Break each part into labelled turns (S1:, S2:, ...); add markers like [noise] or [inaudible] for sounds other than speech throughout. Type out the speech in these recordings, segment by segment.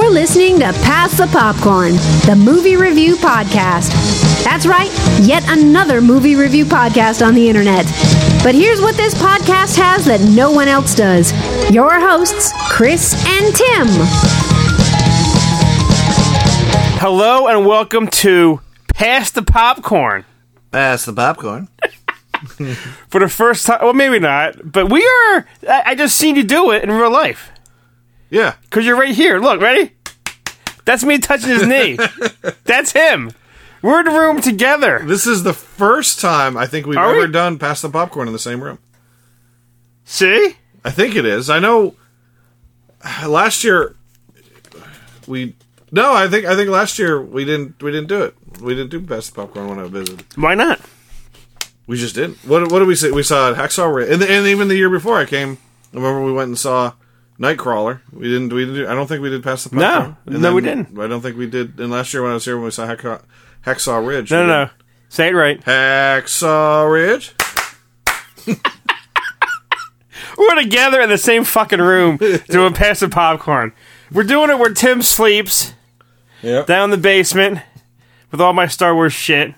S1: to Pass the Popcorn, the movie review podcast. That's right, yet another movie review podcast on the internet. But here's what this podcast has that no one else does your hosts, Chris and Tim.
S2: Hello and welcome to Pass the Popcorn.
S3: Pass the popcorn.
S2: For the first time, well, maybe not, but we are. I, I just seen you do it in real life
S3: Yeah.
S2: because you're right here. Look, ready? That's me touching his
S3: [laughs]
S2: knee. That's him. We're in the room together.
S3: This is the first time I think we've
S2: Are we?
S3: ever done pass the popcorn in the same room.
S2: See?
S3: I think it is. I know uh, last year we no, I think I think last year we didn't we didn't do it. We didn't do pass the popcorn when I visited.
S2: Why not?
S3: We just didn't. What what did we see? We saw Hacksaw Ridge, and, and even the year before I came. I remember we went and saw Nightcrawler. We didn't. We didn't. Do, I don't think we did pass the popcorn.
S2: No. No, we didn't.
S3: I don't think we did. And last year when I was here, when we saw Hacksaw, Hacksaw Ridge,
S2: No,
S3: we
S2: no, no.
S3: didn't.
S2: Say it right.
S3: Hacksaw Ridge.
S2: We're together in the same fucking
S3: [laughs]
S2: room doing Pass the Popcorn. We're doing it where Tim sleeps
S3: Yeah.
S2: down in the basement with all my Star Wars shit.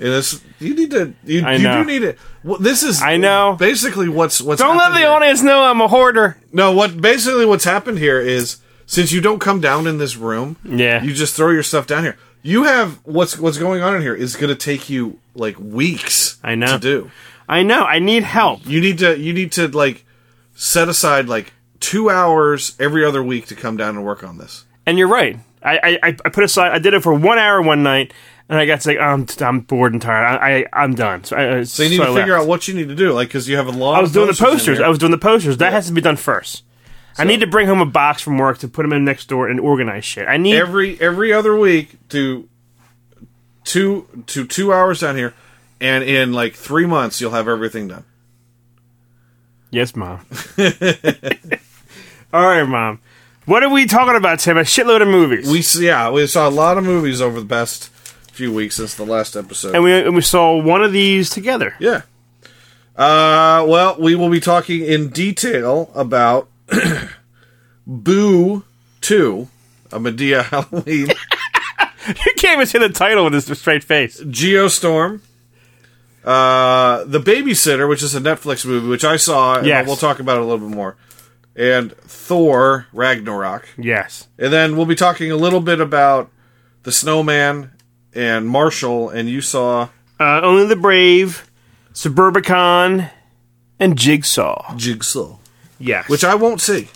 S3: And it's you need to you,
S2: I
S3: you
S2: know.
S3: do need it. Well, this is
S2: I know.
S3: Basically, what's what's
S2: Don't let
S3: happened
S2: the
S3: here-
S2: audience know I'm a hoarder.
S3: no. What basically what's happened here is since you don't come down in this room,
S2: Yeah.
S3: you just throw your stuff down here. You have what's what's going on in here is going to take you like weeks.
S2: I know.
S3: to do.
S2: I know. I need help.
S3: You need to you need to like set aside like two hours every other week to come down and work on this.
S2: And you're right. I, I, I put aside. I did it for one hour one night, and I got to like I'm I'm bored and tired. I, I I'm done. So, I,
S3: So you need to figure out what you need to do, like because you have a lot.
S2: I was doing the posters.
S3: in
S2: I
S3: here.
S2: was doing the posters. That has to be done first. I need to bring home a box from work to put them in next door and organize shit. I need.
S3: every every other week do two to two hours down here, and in like three months you'll have everything done.
S2: yes,
S3: [laughs]
S2: mom. All right, mom. What are we talking about, Tim? A shitload of movies.
S3: We s- yeah we saw a lot of movies over the past few weeks since the last episode.
S2: and we and we saw one of these together. [laughs]
S3: yeah. Uh, well, we will be talking in detail about [clears throat] Boo Two, a Medea [laughs] Halloween,
S2: You can't even say the title with this straight face.
S3: Geostorm. Uh, the Babysitter, which is a Netflix movie, which I saw, and
S2: Yes.
S3: we'll talk about it a little bit more. And Thor Ragnarok,
S2: Yes.
S3: and then we'll be talking a little bit about the Snowman and Marshall. And you saw
S2: uh, Only the Brave, Suburbicon, and Jigsaw.
S3: Jigsaw,
S2: Yes.
S3: which I won't see.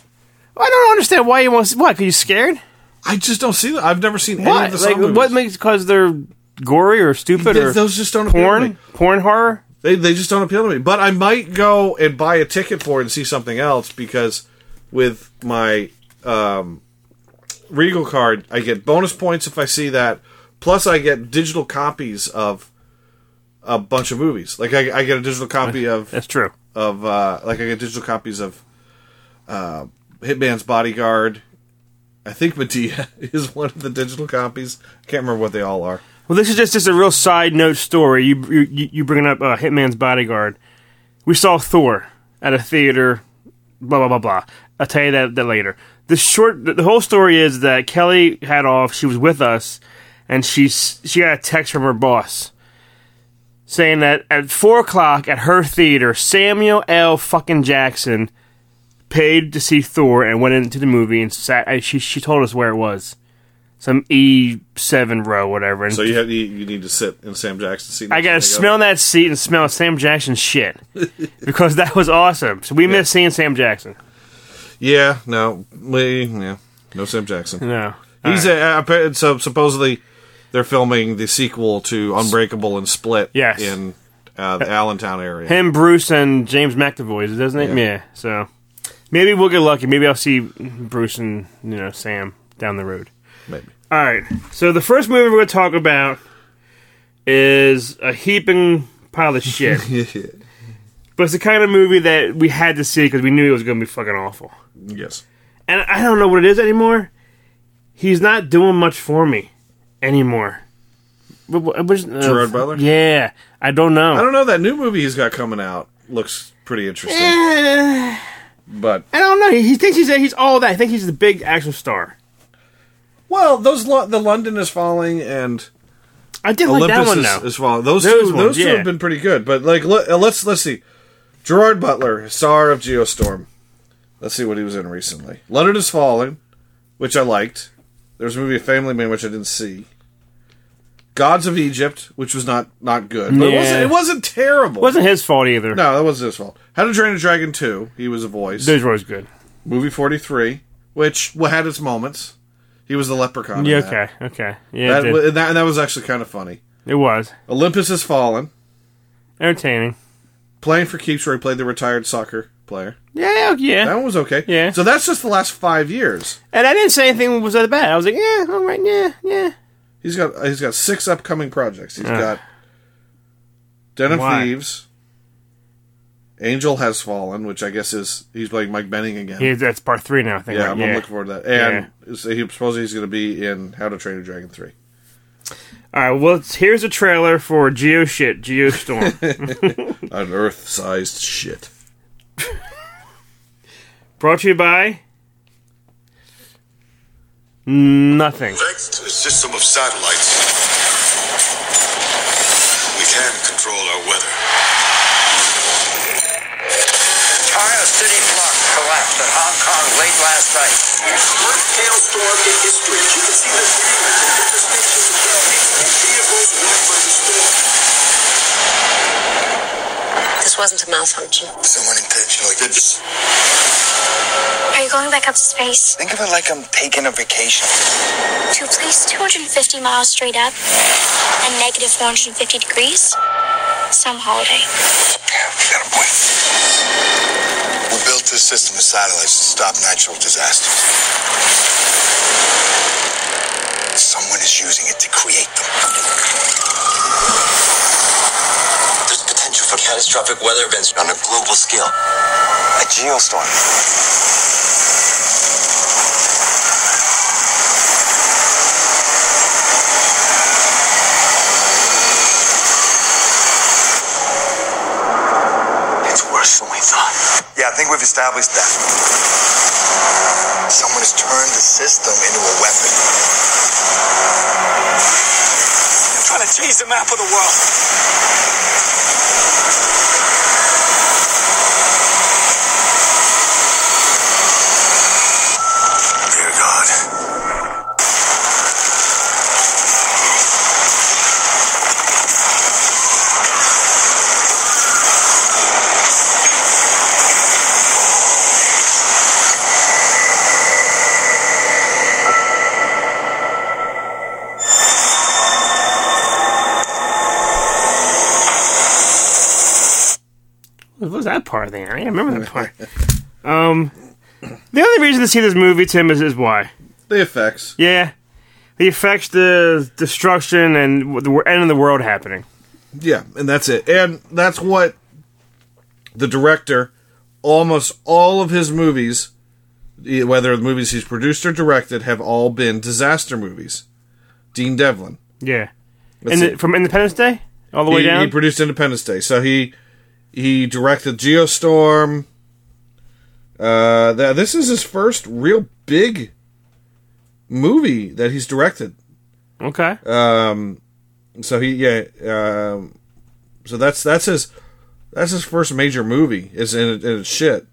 S2: I don't understand why you want. To, what? Are you scared?
S3: I just don't see that. I've never seen any
S2: What?
S3: of the
S2: Like,
S3: Saw movies.
S2: what makes because they're gory or stupid
S3: Th-
S2: or
S3: those just don't appeal to
S2: porn?
S3: me.
S2: Porn horror?
S3: They they just don't appeal to me. But I might go and buy a ticket for it and see something else because with my um, Regal card, I get bonus points if I see that. Plus, I get digital copies of a bunch of movies. Like I, I get a digital copy of
S2: That's true.
S3: of uh, like I get digital copies of uh, Hitman's Bodyguard. I think Medea [laughs] is one of the digital copies. I can't remember what they all are.
S2: Well, this is just just a real side note story. You you you bringing up uh, Hitman's Bodyguard? We saw Thor at a theater. Blah blah blah blah. I'll tell you that, that later. The short the the whole story is that Kelly had off. She was with us, and she s- she got a text from her boss saying that at four o'clock at her theater, Samuel L. fucking Jackson paid to see Thor and went into the movie and sat. and She she told us where it was. Some E seven row, whatever. And
S3: So you have you, you need to sit in Sam Jackson's seat.
S2: I gotta smell that seat and smell Sam Jackson shit because that was awesome. So we miss seeing Sam Jackson.
S3: Yeah, no, we yeah, no
S2: [laughs]
S3: Sam Jackson.
S2: No,
S3: He's a, a, appa- so supposedly they're filming the sequel to Unbreakable and Split.
S2: Yes.
S3: in
S2: [laughs]
S3: uh, the Allentown area.
S2: him, Bruce, and James McAvoy, doesn't it? Yeah. So maybe we'll get lucky. Maybe I'll see Bruce and you know Sam down the road. [laughs]
S3: Maybe [laughs]
S2: All right. So the first movie we're gonna talk about is a heaping pile of shit, but it's the kind of movie that we had to see because we knew it was gonna be fucking awful.
S3: yes.
S2: and I don't know what it is anymore. He's not doing much for me anymore. What- what- what's- uh,
S3: Gerard Butler?
S2: Yeah, I don't know.
S3: I don't know that new movie he's got coming out looks pretty interesting,
S2: Eh,
S3: but
S2: I don't know. He, he thinks he's he's all that. I think he's the big action star.
S3: Well, those Lo- the London is falling and
S2: I did like
S3: Olympus
S2: that one
S3: is,
S2: though.
S3: is falling. Those,
S2: Those
S3: two,
S2: ones,
S3: those two
S2: yeah.
S3: have been pretty good. But like, let, us let's see. Gerard Butler, star of Geostorm. Let's see what he was in recently. London is falling, which I liked. There was a movie Family Man which I didn't see. Gods of Egypt, which was not not good, but it wasn't
S2: Yeah.
S3: it wasn't terrible.
S2: wasn't his fault either.
S3: No, that wasn't his fault. How to Train a Dragon 2, he was a voice.
S2: Those were always good.
S3: Movie 43, which well, had its moments. He was the leprechaun. in
S2: Yeah,
S3: that.
S2: okay, okay. Yeah, it,
S3: That,
S2: did.
S3: wa- and that, and that was actually kind of funny.
S2: It was.
S3: Olympus Has Fallen,
S2: Entertaining.
S3: Playing for Keeps, where he played the retired soccer player.
S2: Yeah, yeah.
S3: That one was okay.
S2: Yeah.
S3: So that's just the last five years.
S2: and I didn't say anything was that bad. I was like, yeah, all right, yeah, yeah.
S3: He's got he's got six upcoming projects. He's got Den of
S2: Why?
S3: Thieves, Angel Has Fallen, which I guess is he's playing Mike Benning again.
S2: He, that's part three now. I think.
S3: Yeah,
S2: right?
S3: I'm, I'm looking forward to that. And so he supposedly he's going to be in How to Train Your Dragon three.
S2: All right. Well, it's- here's a trailer for Geo Shit,
S3: [laughs]
S2: Geostorm,
S3: An Earth sized shit.
S2: brought to you by nothing.
S4: Vexed system of satellites. We can control our weather.
S5: Entire city block collapsed in Hong Kong late last night.
S4: Worst hailstorm in history. You can see the damage and devastation to buildings and vehicles wrecked by the storm.
S6: This wasn't a malfunction.
S4: Someone intentionally did this.
S6: Are you going back up to space?
S5: Think of it like I'm taking a vacation.
S6: To a place 250 miles straight up and negative 450 degrees? Some holiday.
S4: Yeah, we got a point. We built this system of satellites to stop natural disasters. Someone is using it to create them.
S7: There's potential for catastrophic weather events on a global scale.
S5: A geostorm.
S4: It's worse than we thought.
S5: Yeah, I think we've established that.
S4: Someone has turned the system into a weapon. I'm trying to change the map of the world. Dear God.
S2: What was that part of the I remember that part. um, the only reason to see this movie, Tim, is is why.
S3: The effects.
S2: Yeah, the effects, the destruction, and the wor- end of the world happening.
S3: Yeah, and that's it. And that's what the director, almost all of his movies, e- whether the movies he's produced or directed, have all been disaster movies. Dean Devlin.
S2: Yeah,
S3: Let's
S2: and
S3: see.
S2: the, from Independence Day all the way
S3: he,
S2: down.
S3: he produced Independence Day. So he he directed Geostorm. Uh, th- this is his first real big movie that he's directed.
S2: okay.
S3: uh, So he yeah. Um, so that's that's his that's his first major movie. Is in, in it's shit.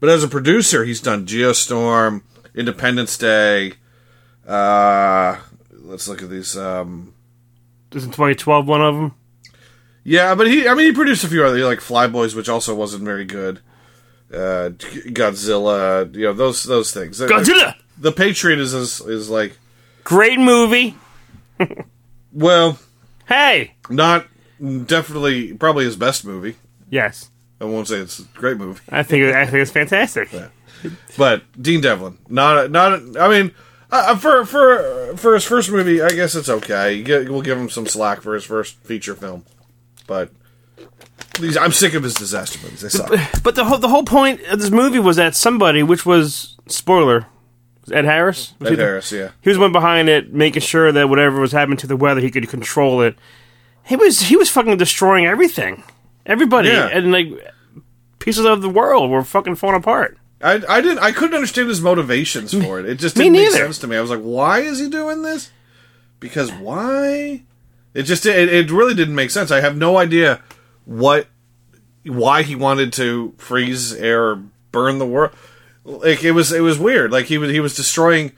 S3: But as a producer, he's done Geostorm, Independence Day. Uh, let's look at these. Um,
S2: This is 2012 one of them.
S3: Yeah, but he, I mean, he produced a few other, like Flyboys, which also wasn't very good. Uh, G- Godzilla, you know, those those things.
S2: Godzilla!
S3: The Patriot is, is is like,
S2: Great movie.
S3: well,
S2: Hey.
S3: not definitely, probably his best movie.
S2: Yes,
S3: I won't say it's a great movie,
S2: I think it, I think it's fantastic.
S3: but Dean Devlin, not a, not. A, I mean, uh, uh, for for for his first movie, I guess it's okay. You get- We'll give him some slack for his first feature film, but. These, I'm sick of his disaster movies. They suck.
S2: But the whole the whole point of this movie was that somebody, which was spoiler, was Ed Harris. Was
S3: Ed
S2: he the-
S3: Harris, yeah.
S2: He was the one behind it, making sure that whatever was happening to the weather, he could control it. He was he was fucking destroying everything, everybody,
S3: Yeah.
S2: and like pieces of the world were fucking falling apart.
S3: I, I didn't. I couldn't understand his motivations for it. It just
S2: [laughs] Me
S3: didn't make
S2: neither.
S3: sense to me. I was like, why is he doing this? Because why? It just it, it really didn't make sense. I have no idea what why he wanted to freeze air or burn the world. Like it was it was weird. Like he was he was destroying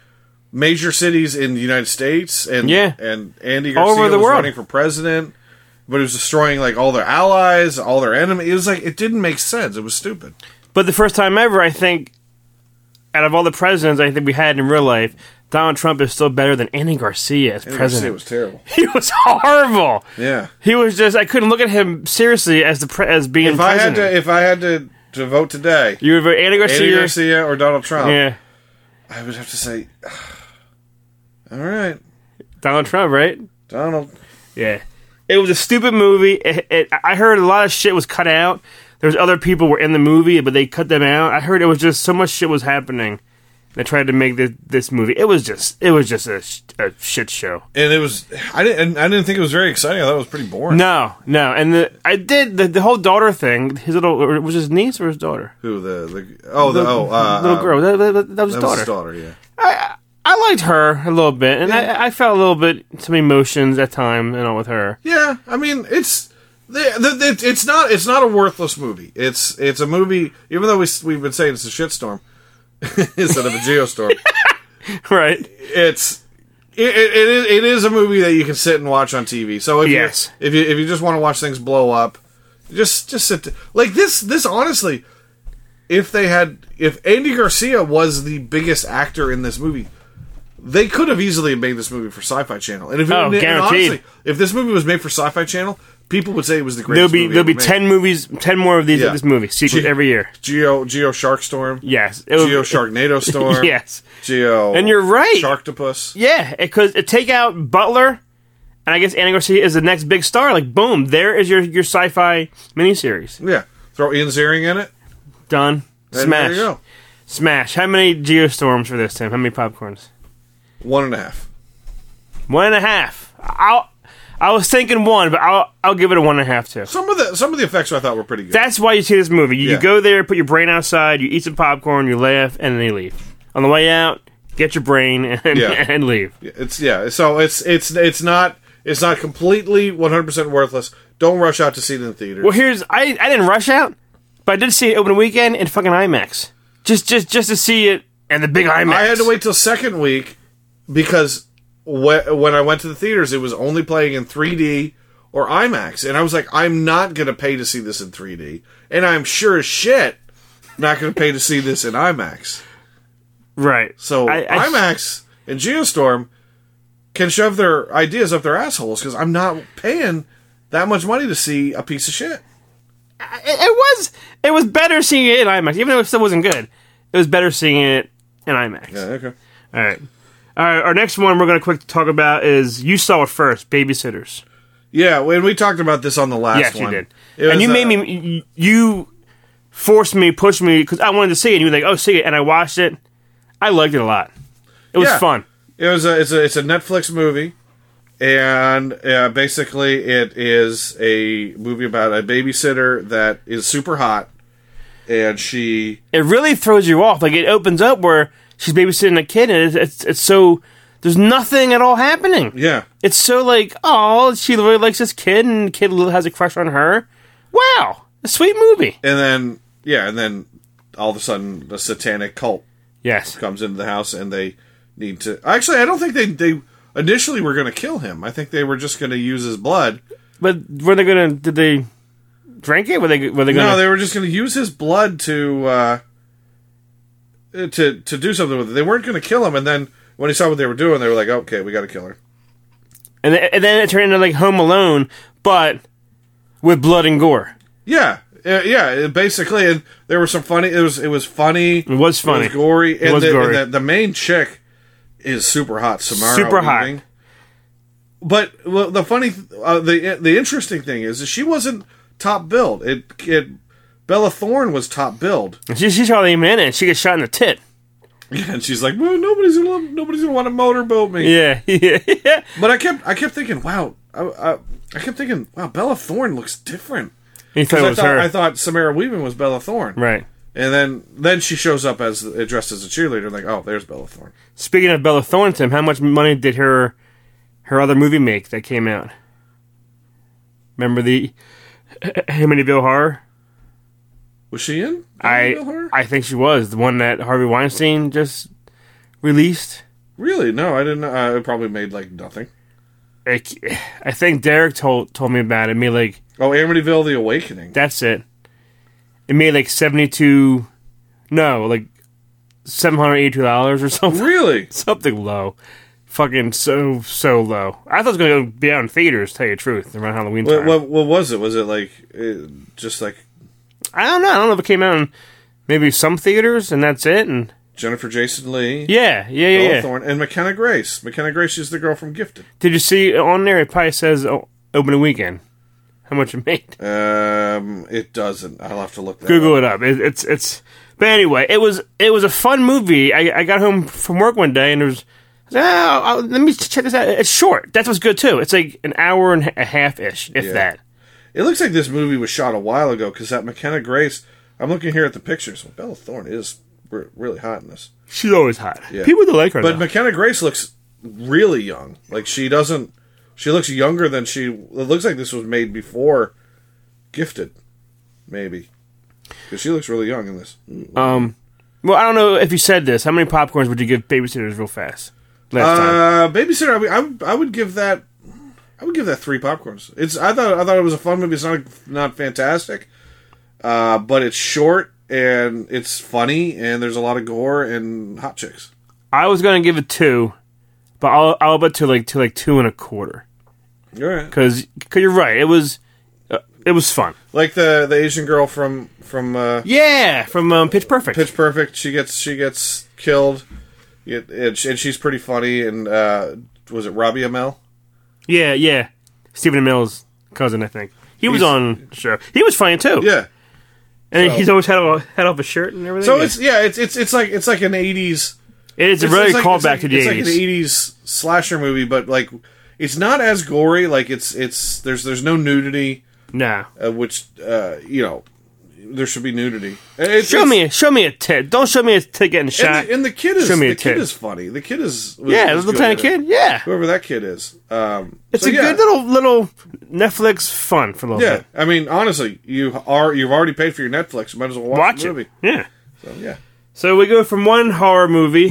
S3: major cities in the United States and
S2: Yeah.
S3: and Andy
S2: All
S3: Garcia
S2: over the
S3: was
S2: world.
S3: running for president, but he was destroying like all their allies, all their enemies. It was like it didn't make sense. It was stupid.
S2: But the first time ever, I think, out of all the presidents I think we had in real life, Donald Trump is still better than Andy Garcia as
S3: Andy Garcia
S2: president.
S3: was terrible.
S2: [laughs] he was horrible.
S3: Yeah.
S2: He was just. I couldn't look at him seriously as the pre- as being
S3: If I had
S2: president.
S3: to, if I had to, to vote today,
S2: you would vote Andy Garcia.
S3: Andy Garcia or Donald Trump,
S2: Yeah,
S3: I would have to say, [sighs] all right,
S2: Donald Trump, right?
S3: Donald.
S2: Yeah. It was a stupid movie. It, it, I heard a lot of shit was cut out. There was other people were in the movie, but they cut them out. I heard it was just so much shit was happening. They tried to make this, this movie. It was just it was just a, sh- a shit show.
S3: And it was, I didn't, and I didn't think it was very exciting. I thought it was pretty boring.
S2: No, no. And the I did the, the whole daughter thing. His little or was it his niece or his daughter?
S3: Who the, the oh the, oh uh,
S2: little
S3: uh,
S2: girl. That, that- that- that was
S3: that
S2: his
S3: was
S2: daughter.
S3: his daughter. Yeah,
S2: I liked her a little bit, and I, I felt a little bit some emotions at time and all with her. [laughs]
S3: yeah. I mean, it's. The, the, the- it's not it's not a worthless movie. It's it's a movie. Even though we s- we've been saying it's a shitstorm [laughs] instead of a geostorm,
S2: right.
S3: it's it, it, it, is, it is a movie that you can sit and watch on TV. So if
S2: Yes.
S3: you if you if you just want to watch things blow up, just just sit like this. This honestly, if they had if Andy Garcia was the biggest actor in this movie, they could have easily made this movie for Sci-Fi Channel. And if
S2: Oh,
S3: and
S2: guaranteed.
S3: honestly, if this movie was made for Sci-Fi Channel, people would say it was the
S2: There'll
S3: greatest.
S2: be
S3: movie
S2: there'll be
S3: ever made.
S2: ten movies, ten more of these
S3: Yeah.
S2: this movie sequels
S3: Gee.
S2: every year.
S3: Geo Geo Shark Storm.
S2: Yes, it
S3: Geo
S2: would- [laughs]
S3: Sharknado Storm.
S2: Yes,
S3: Geo.
S2: And you're right.
S3: Sharktopus.
S2: yeah, because it, take out Butler, and I guess Andy Garcia is the next big star. Like, boom, there is your your sci-fi miniseries
S3: Yeah. Throw Ian Ziering in it.
S2: done.
S3: and
S2: Smash,
S3: There you go.
S2: smash. How many geostorms for this, Tim? How many popcorns?
S3: One and a half.
S2: One and a half. I'll. I was thinking one, but I'll I'll give it a one and a half too.
S3: Some of the some of the effects I thought were pretty good.
S2: That's why you see this movie. You,
S3: Yeah.
S2: you go there, put your brain outside, you eat some popcorn, you laugh, and then you leave. On the way out, get your brain [laughs] and,
S3: Yeah.
S2: and leave.
S3: it's yeah. So it's it's it's not it's not completely one hundred percent worthless. Don't rush out to see it in the theater.
S2: Well, here's I I didn't rush out, but I did see it open weekend in fucking IMAX. Just just just to see it and the big IMAX.
S3: I had to wait till second week because wh- when I went to the theaters, it was only playing in three D or IMAX, and I was like, I'm not gonna pay to see this in three D, and I'm sure as shit not gonna pay to see this in IMAX.
S2: Right.
S3: So
S2: I, I,
S3: IMAX and Geostorm can shove their ideas up their assholes because I'm not paying that much money to see a piece of shit.
S2: It, it was it was better seeing it in IMAX, even though it still wasn't good. It was better seeing it in IMAX.
S3: okay.
S2: All right. All right, our next one we're going to quick talk about is you saw it first, Babysitters.
S3: Yeah, and we talked about this on the last
S2: yes,
S3: one.
S2: you did.
S3: It was,
S2: and you
S3: uh,
S2: made me, you forced me, pushed me, because I wanted to see it. And you were like, oh, see it. And I watched it. I liked it a lot. It was
S3: Yeah.
S2: fun.
S3: It was a it's a it's a Netflix movie, and uh, basically it is a movie about a babysitter that is super hot, and she
S2: It really throws you off. Like, it opens up where she's babysitting a kid, and it's, it's, it's so, there's nothing at all happening.
S3: yeah
S2: It's so like, oh, she really likes this kid, and the kid has a crush on her. Wow. A sweet movie.
S3: and then yeah and then all of a sudden the satanic cult
S2: Yes.
S3: comes into the house and they need to actually I don't think they they initially were going to kill him I think they were just going to use his blood
S2: But were they going to, did they drink it? Were they, were they going
S3: No,
S2: to?
S3: they were just going to use his blood to uh, to to do something with it. They weren't going to kill him, and then when he saw what they were doing, they were like, "Okay, we got to kill her."
S2: and, th- and then it turned into like Home Alone, but with blood and gore.
S3: Yeah, uh, yeah. it- Basically, and there were some funny. It was it was funny. It
S2: was funny.
S3: It was gory.
S2: It
S3: and
S2: was
S3: the,
S2: gory.
S3: And the, the main chick is super hot. Samara
S2: Super hot.
S3: Weaving. But well, the funny, th- uh, the the interesting thing is, that she wasn't top billed. It it Bella Thorne was
S2: [laughs]
S3: top billed. [laughs]
S2: And She, she's hardly even in it. She gets shot in the tit.
S3: And she's like, well, nobody's gonna love, nobody's gonna want to motorboat me. [laughs]
S2: Yeah, yeah, [laughs] yeah.
S3: But I kept I kept thinking, wow, I, I, I kept thinking, wow, Bella Thorne looks different.
S2: He thought
S3: 'Cause
S2: it
S3: I
S2: was
S3: thought
S2: her.
S3: I thought Samara Weaving was Bella Thorne,
S2: right.
S3: And then then she shows up as dressed as a cheerleader. And like, oh, there's Bella Thorne.
S2: Speaking of Bella Thorne, Tim, how much money did her her other movie make that came out? Remember the [laughs] Amityville Horror?
S3: Was she in?
S2: I I think she was the one that Harvey Weinstein just released.
S3: really no, I didn't. know. Uh, it probably made like nothing.
S2: I, [sighs] I think Derek told told me about it. Me like
S3: Oh, Amityville: The Awakening.
S2: that's it. It made like seventy two, no, like seven hundred eighty two dollars or [laughs] something.
S3: really?
S2: something low. Fucking so so low. I thought it was gonna be out in theaters. Tell you the truth, around Halloween
S3: What,
S2: time.
S3: what what was it? Was it like uh just like
S2: I don't know. I don't know if it came out in maybe some theaters and that's it. And
S3: Jennifer Jason Lee?
S2: yeah, yeah,
S3: Bella
S2: yeah. yeah.
S3: Thorne and McKenna Grace. McKenna Grace is the girl from Gifted.
S2: Did you see on there? It probably says oh, opening weekend. How much it made?
S3: Um, it doesn't. I'll have to look that.
S2: Google
S3: up.
S2: it up. It, it's it's. But anyway, it was it was a fun movie. I, I got home from work one day and there was. I was, Oh, I'll- let me check this out. It's short. That's what's good too. It's like an hour and a half ish, if
S3: Yeah.
S2: that.
S3: It looks like this movie was shot a while ago because that McKenna Grace. I'm looking here at the pictures. Bella Thorne is re- really hot in this,
S2: She's always hot.
S3: Yeah.
S2: People do like her.
S3: but
S2: though.
S3: McKenna Grace looks really young. Like she doesn't. She looks younger than she. It looks like this was made before Gifted, maybe, because she looks really young in this.
S2: Well, I don't know if you said this. How many popcorns would you give babysitters real fast? Last time.
S3: Uh, Babysitter. I would, I would. I would give that. I would give that three popcorns. It's. I thought. I thought it was a fun movie. It's not. Not fantastic. Uh, but it's short and it's funny and there's a lot of gore and hot chicks.
S2: I was gonna give it two, but I'll I'll up it to like to like two and a quarter
S3: All right.
S2: because cause you're right. It was uh, it was fun.
S3: Like the the Asian girl from from uh,
S2: Yeah, from um, Pitch Perfect.
S3: Pitch Perfect. She gets she gets killed. It, and she- and she's pretty funny. And uh, was it Robbie Amell?
S2: Yeah, yeah. Stephen Amell's cousin, I think. He was
S3: He's-
S2: on the show. He was funny too.
S3: Yeah.
S2: and he's always had off, had off his shirt and everything.
S3: So
S2: Yeah.
S3: it's yeah. It's it's it's like it's like an '80s.
S2: it's, a really
S3: like-
S2: callback
S3: like-
S2: to the
S3: it's like
S2: eighties.
S3: an eighties slasher movie, but like it's not as gory. Like it's it's there's there's no nudity,
S2: nah,
S3: uh, which uh, you know there should be nudity. It's,
S2: show
S3: it's-
S2: me show me a tit. Don't show me a tit getting
S3: And
S2: shot.
S3: the, and the kid is
S2: Show me a
S3: the kid
S2: tit.
S3: is funny. The kid is was-
S2: yeah, the
S3: was
S2: little tiny
S3: good at
S2: kid.
S3: it.
S2: Yeah,
S3: Whoever that kid is, um,
S2: It's
S3: so
S2: a
S3: yeah.
S2: good little little Netflix fun for a little
S3: Yeah,
S2: bit.
S3: I mean, honestly, you are you've already paid for your Netflix. You might as well watch,
S2: Watch
S3: the
S2: it.
S3: movie.
S2: Yeah.
S3: So, yeah,
S2: So we go from one horror
S3: [laughs]
S2: movie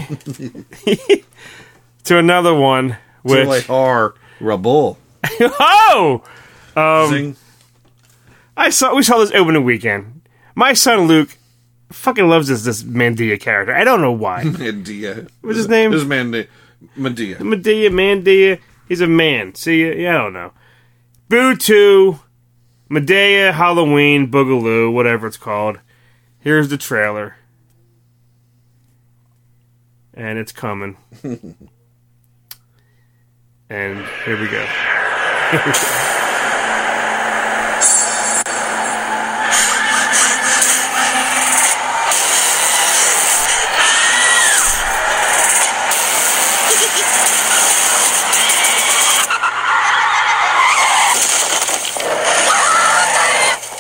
S2: [laughs] to another one which
S3: are Rabul.
S2: [laughs] Oh
S3: Zing.
S2: I saw we saw this opening weekend. My son Luke fucking loves this this Mandia character. I don't know [laughs] why.
S3: Medea.
S2: What's his name?
S3: His man Medea.
S2: Medea, Mandia, he's a man. See yeah, I don't know. Boo Boo2, Medea, Halloween, Boogaloo, whatever it's called. Here's the trailer. And it's coming. [laughs] and here we go.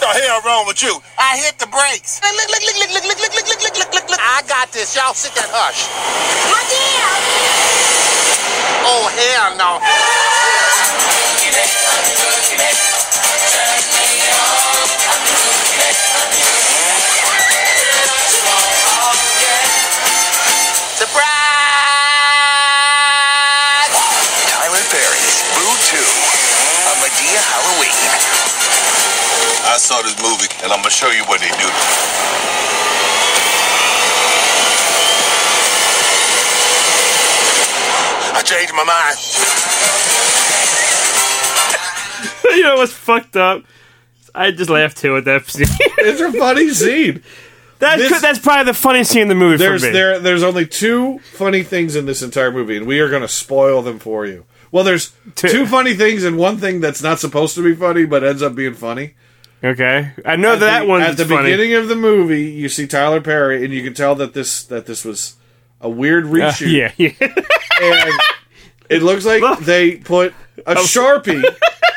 S4: The hell wrong with you? I hit the brakes. Look, look, look, look, look, look, look, look, look, look, look, look. I got this. Y'all sit there and hush. My Oh, hell no. Surprise!
S7: Tyler Perry's Boo 2, a Medea Halloween. I saw this movie, and I'm going to show you what they do. I changed my mind.
S2: [laughs] you know what's fucked up? I just laughed too at that scene.
S3: It's a funny scene.
S2: [laughs] that's,
S3: This-
S2: that's probably the funniest scene in the movie
S3: There's
S2: for me.
S3: there there's only two funny things in this entire movie, and we are going to spoil them for you. Well, there's
S2: Two.
S3: two. funny things and one thing that's not supposed to be funny but ends up being funny.
S2: okay. I know
S3: At
S2: that
S3: the-
S2: one's
S3: at the
S2: funny. [laughs]
S3: beginning of the movie, you see Tyler Perry, and you can tell that this that this was a weird
S2: Uh,
S3: reshoot.
S2: yeah, yeah.
S3: and it looks like they put a sharpie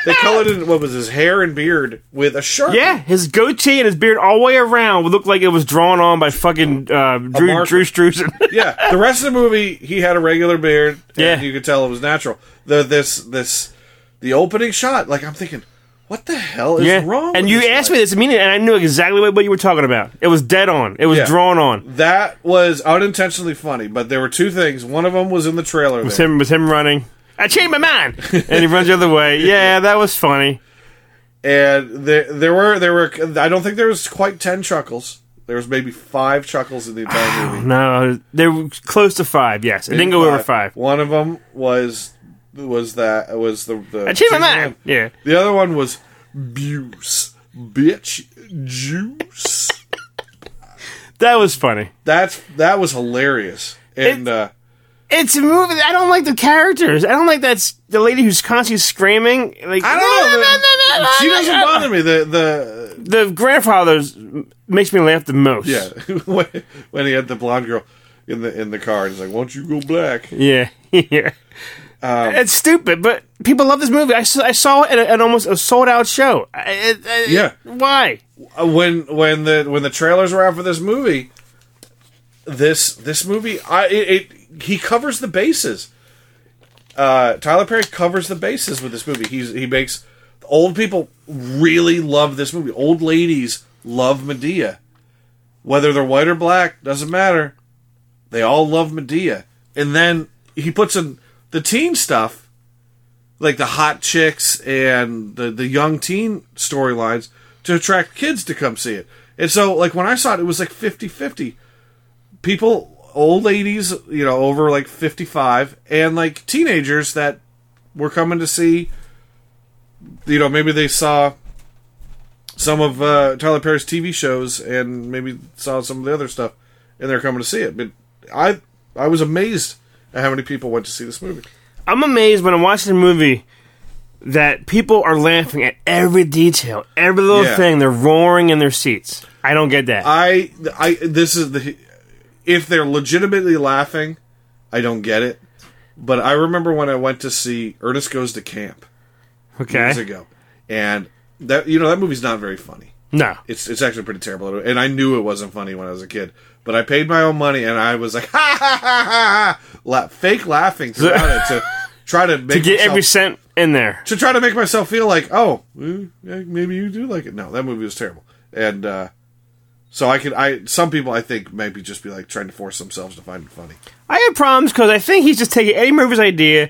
S3: They colored in what was his hair and beard with a sharpie.
S2: Yeah, his goatee and his beard all the way around would look like it was drawn on by fucking uh, Drew,
S3: marker.
S2: Drew Struzan.
S3: yeah. The rest of the movie, he had a regular beard. And
S2: Yeah.
S3: you could tell it was natural. The this this the opening shot, like I'm thinking, what the hell is
S2: [laughs] yeah,
S3: wrong?
S2: and
S3: with
S2: you
S3: this
S2: asked
S3: guy?
S2: me this immediately, and I knew exactly what, what you were talking about. It was dead on. It was
S3: Yeah.
S2: drawn on.
S3: That was unintentionally funny, but there were two things. One of them was in the trailer.
S2: With
S3: there.
S2: him, with him running. I changed my mind, and he runs the other
S3: [laughs]
S2: way. Yeah, that was funny.
S3: and there there were there were I don't think there was quite ten chuckles. There was maybe five chuckles in the
S2: Ah,
S3: entire movie.
S2: No, they were close to five. Yes, it didn't go over five.
S3: One of them was was that was the, the
S2: I changed my mind. Yeah.
S3: The other one was buse, bitch, juice.
S2: That was funny.
S3: That's that was hilarious. And uh,
S2: It's a movie. that- I don't like the characters. I don't like that's the lady who's constantly screaming. Like
S3: I
S2: "No,
S3: don't know.
S2: no, no, no, no,
S3: the-
S2: no,
S3: She
S2: no,
S3: doesn't
S2: no."
S3: bother me. The the
S2: The grandfather's makes me laugh the most.
S3: yeah [laughs] when- when he had the blonde girl in the in the car, he's like, "Won't you go black?"
S2: Yeah, [laughs] yeah.
S3: Um,
S2: it's stupid, but people love this movie. I, saw- I saw it at, at almost a sold out show. I- it- it-
S3: Yeah.
S2: Why?
S3: Uh, When when the when the trailers were out for this movie, this this movie, I it, it he covers the bases. Uh, Tyler Perry covers the bases with this movie. He's he makes old people really love this movie. Old ladies love Medea, whether they're white or black doesn't matter. They all love Medea, and then he puts in the teen stuff, like the hot chicks and the the young teen storylines to attract kids to come see it. And so, like when I saw it, it was like 50-50. people, old ladies, you know, over like fifty five, and like teenagers that were coming to see. You know, maybe they saw some of uh, Tyler Perry's TV shows and maybe saw some of the other stuff, and they're coming to see it. But I, I was amazed at how many people went to see this movie.
S2: I'm amazed when I'm watching a movie that people are laughing at every detail, every little
S3: Yeah.
S2: thing. They're roaring in their seats. I don't get that.
S3: I I this is the if they're legitimately laughing, I don't get it. But I remember when I went to see Ernest Goes to Camp years
S2: okay.
S3: ago, and that you know that movie's not very funny.
S2: No.
S3: It's it's actually pretty terrible, and I knew it wasn't funny when I was a kid. But I paid my own money, and I was like [laughs] ha ha ha ha, ha la- fake laughing throughout it to try to make
S2: To get every cent
S3: myself-
S2: in there.
S3: to try to make myself feel like, oh, eh, maybe you do like it. No, that movie was terrible, and uh, so I could. I some people I think maybe just be like trying to force themselves to find it funny.
S2: I had problems because I think he's just taking Eddie Murphy's idea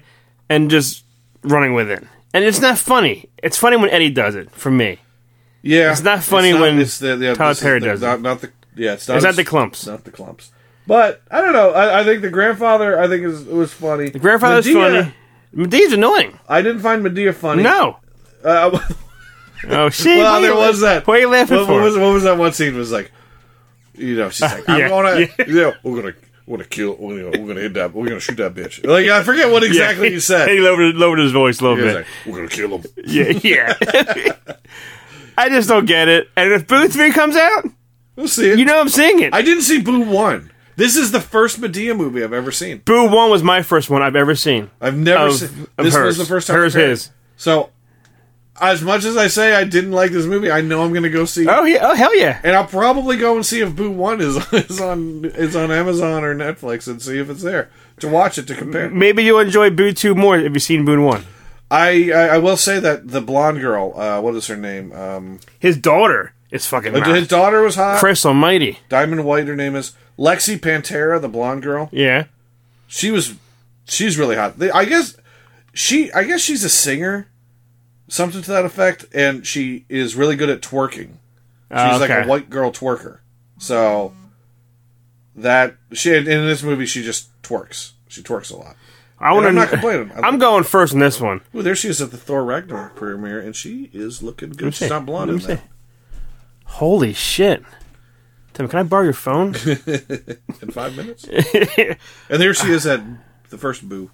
S2: and just running with it. And it's not funny. It's funny when Eddie does it, for me.
S3: Yeah,
S2: It's not funny when Tyler
S3: this is
S2: Perry
S3: the-
S2: does it.
S3: not, not the yeah. It's not,
S2: It's not
S3: as-
S2: the clumps.
S3: it's Not the clumps. But I don't know. I, I think the grandfather. I think is was funny. The
S2: Grandfather's funny. Medea's annoying.
S3: I didn't find Medea funny.
S2: No.
S3: [laughs] Uh,
S2: Oh, see,
S3: well,
S2: why
S3: there
S2: you-
S3: was that.
S2: Why are you laughing
S3: what,
S2: for?
S3: What was, what was that one scene? Was like, you
S2: [laughs]
S3: know, she's like, I'm
S2: Yeah,
S3: gonna,
S2: yeah.
S3: [laughs] yeah. we're gonna, we're gonna kill, we're gonna, we're gonna hit that, we're gonna shoot that bitch. Like I forget
S2: [laughs]
S3: what
S2: Yeah.
S3: exactly you said.
S2: He lowered, lowered his voice a
S3: He
S2: little
S3: was
S2: bit.
S3: like, we're gonna kill him.
S2: yeah, yeah. [laughs] I just don't get it. And if Boo 3 comes out,
S3: We'll see it.
S2: you know I'm seeing it.
S3: I didn't see Boo one. This is the first Medea movie I've ever seen.
S2: Boo 1 was my first one I've ever seen.
S3: I've never
S2: Of-
S3: seen.
S2: of
S3: This
S2: hers.
S3: was the first time.
S2: Hers,
S3: I heard it.
S2: his.
S3: So, as much as I say I didn't like this movie, I know I'm gonna go see.
S2: Oh, yeah. Oh, hell yeah.
S3: And I'll probably go and see if Boo One is, [laughs] is on is on Amazon or Netflix and see if it's there to watch it to compare.
S2: Maybe you'll enjoy Boo 2 more if you've seen Boo 1.
S3: I, I I will say that the blonde girl, uh, what is her name? Um,
S2: His daughter is fucking
S3: but Oh, his
S2: hot.
S3: daughter was hot.
S2: Chris Almighty.
S3: Diamond White, her name is Lexi Pantera, the blonde girl.
S2: Yeah.
S3: She was, she's really hot. They- I guess she, I guess she's a singer, something to that effect, and she is really good at twerking. She's like
S2: Ah, okay.
S3: a white girl twerker. So that she in this movie she just twerks. She twerks a lot.
S2: I want
S3: I'm not complaining.
S2: [laughs] I'm going first in this one.
S3: Ooh, there she is at the Thor Ragnarok premiere, and she is looking good.
S2: see.
S3: She's not blonde
S2: Let
S3: in
S2: me
S3: that.
S2: Holy shit. Tim, can I borrow your
S3: [laughs]
S2: phone?
S3: in
S2: [laughs]
S3: five minutes. and there she is at the first boo.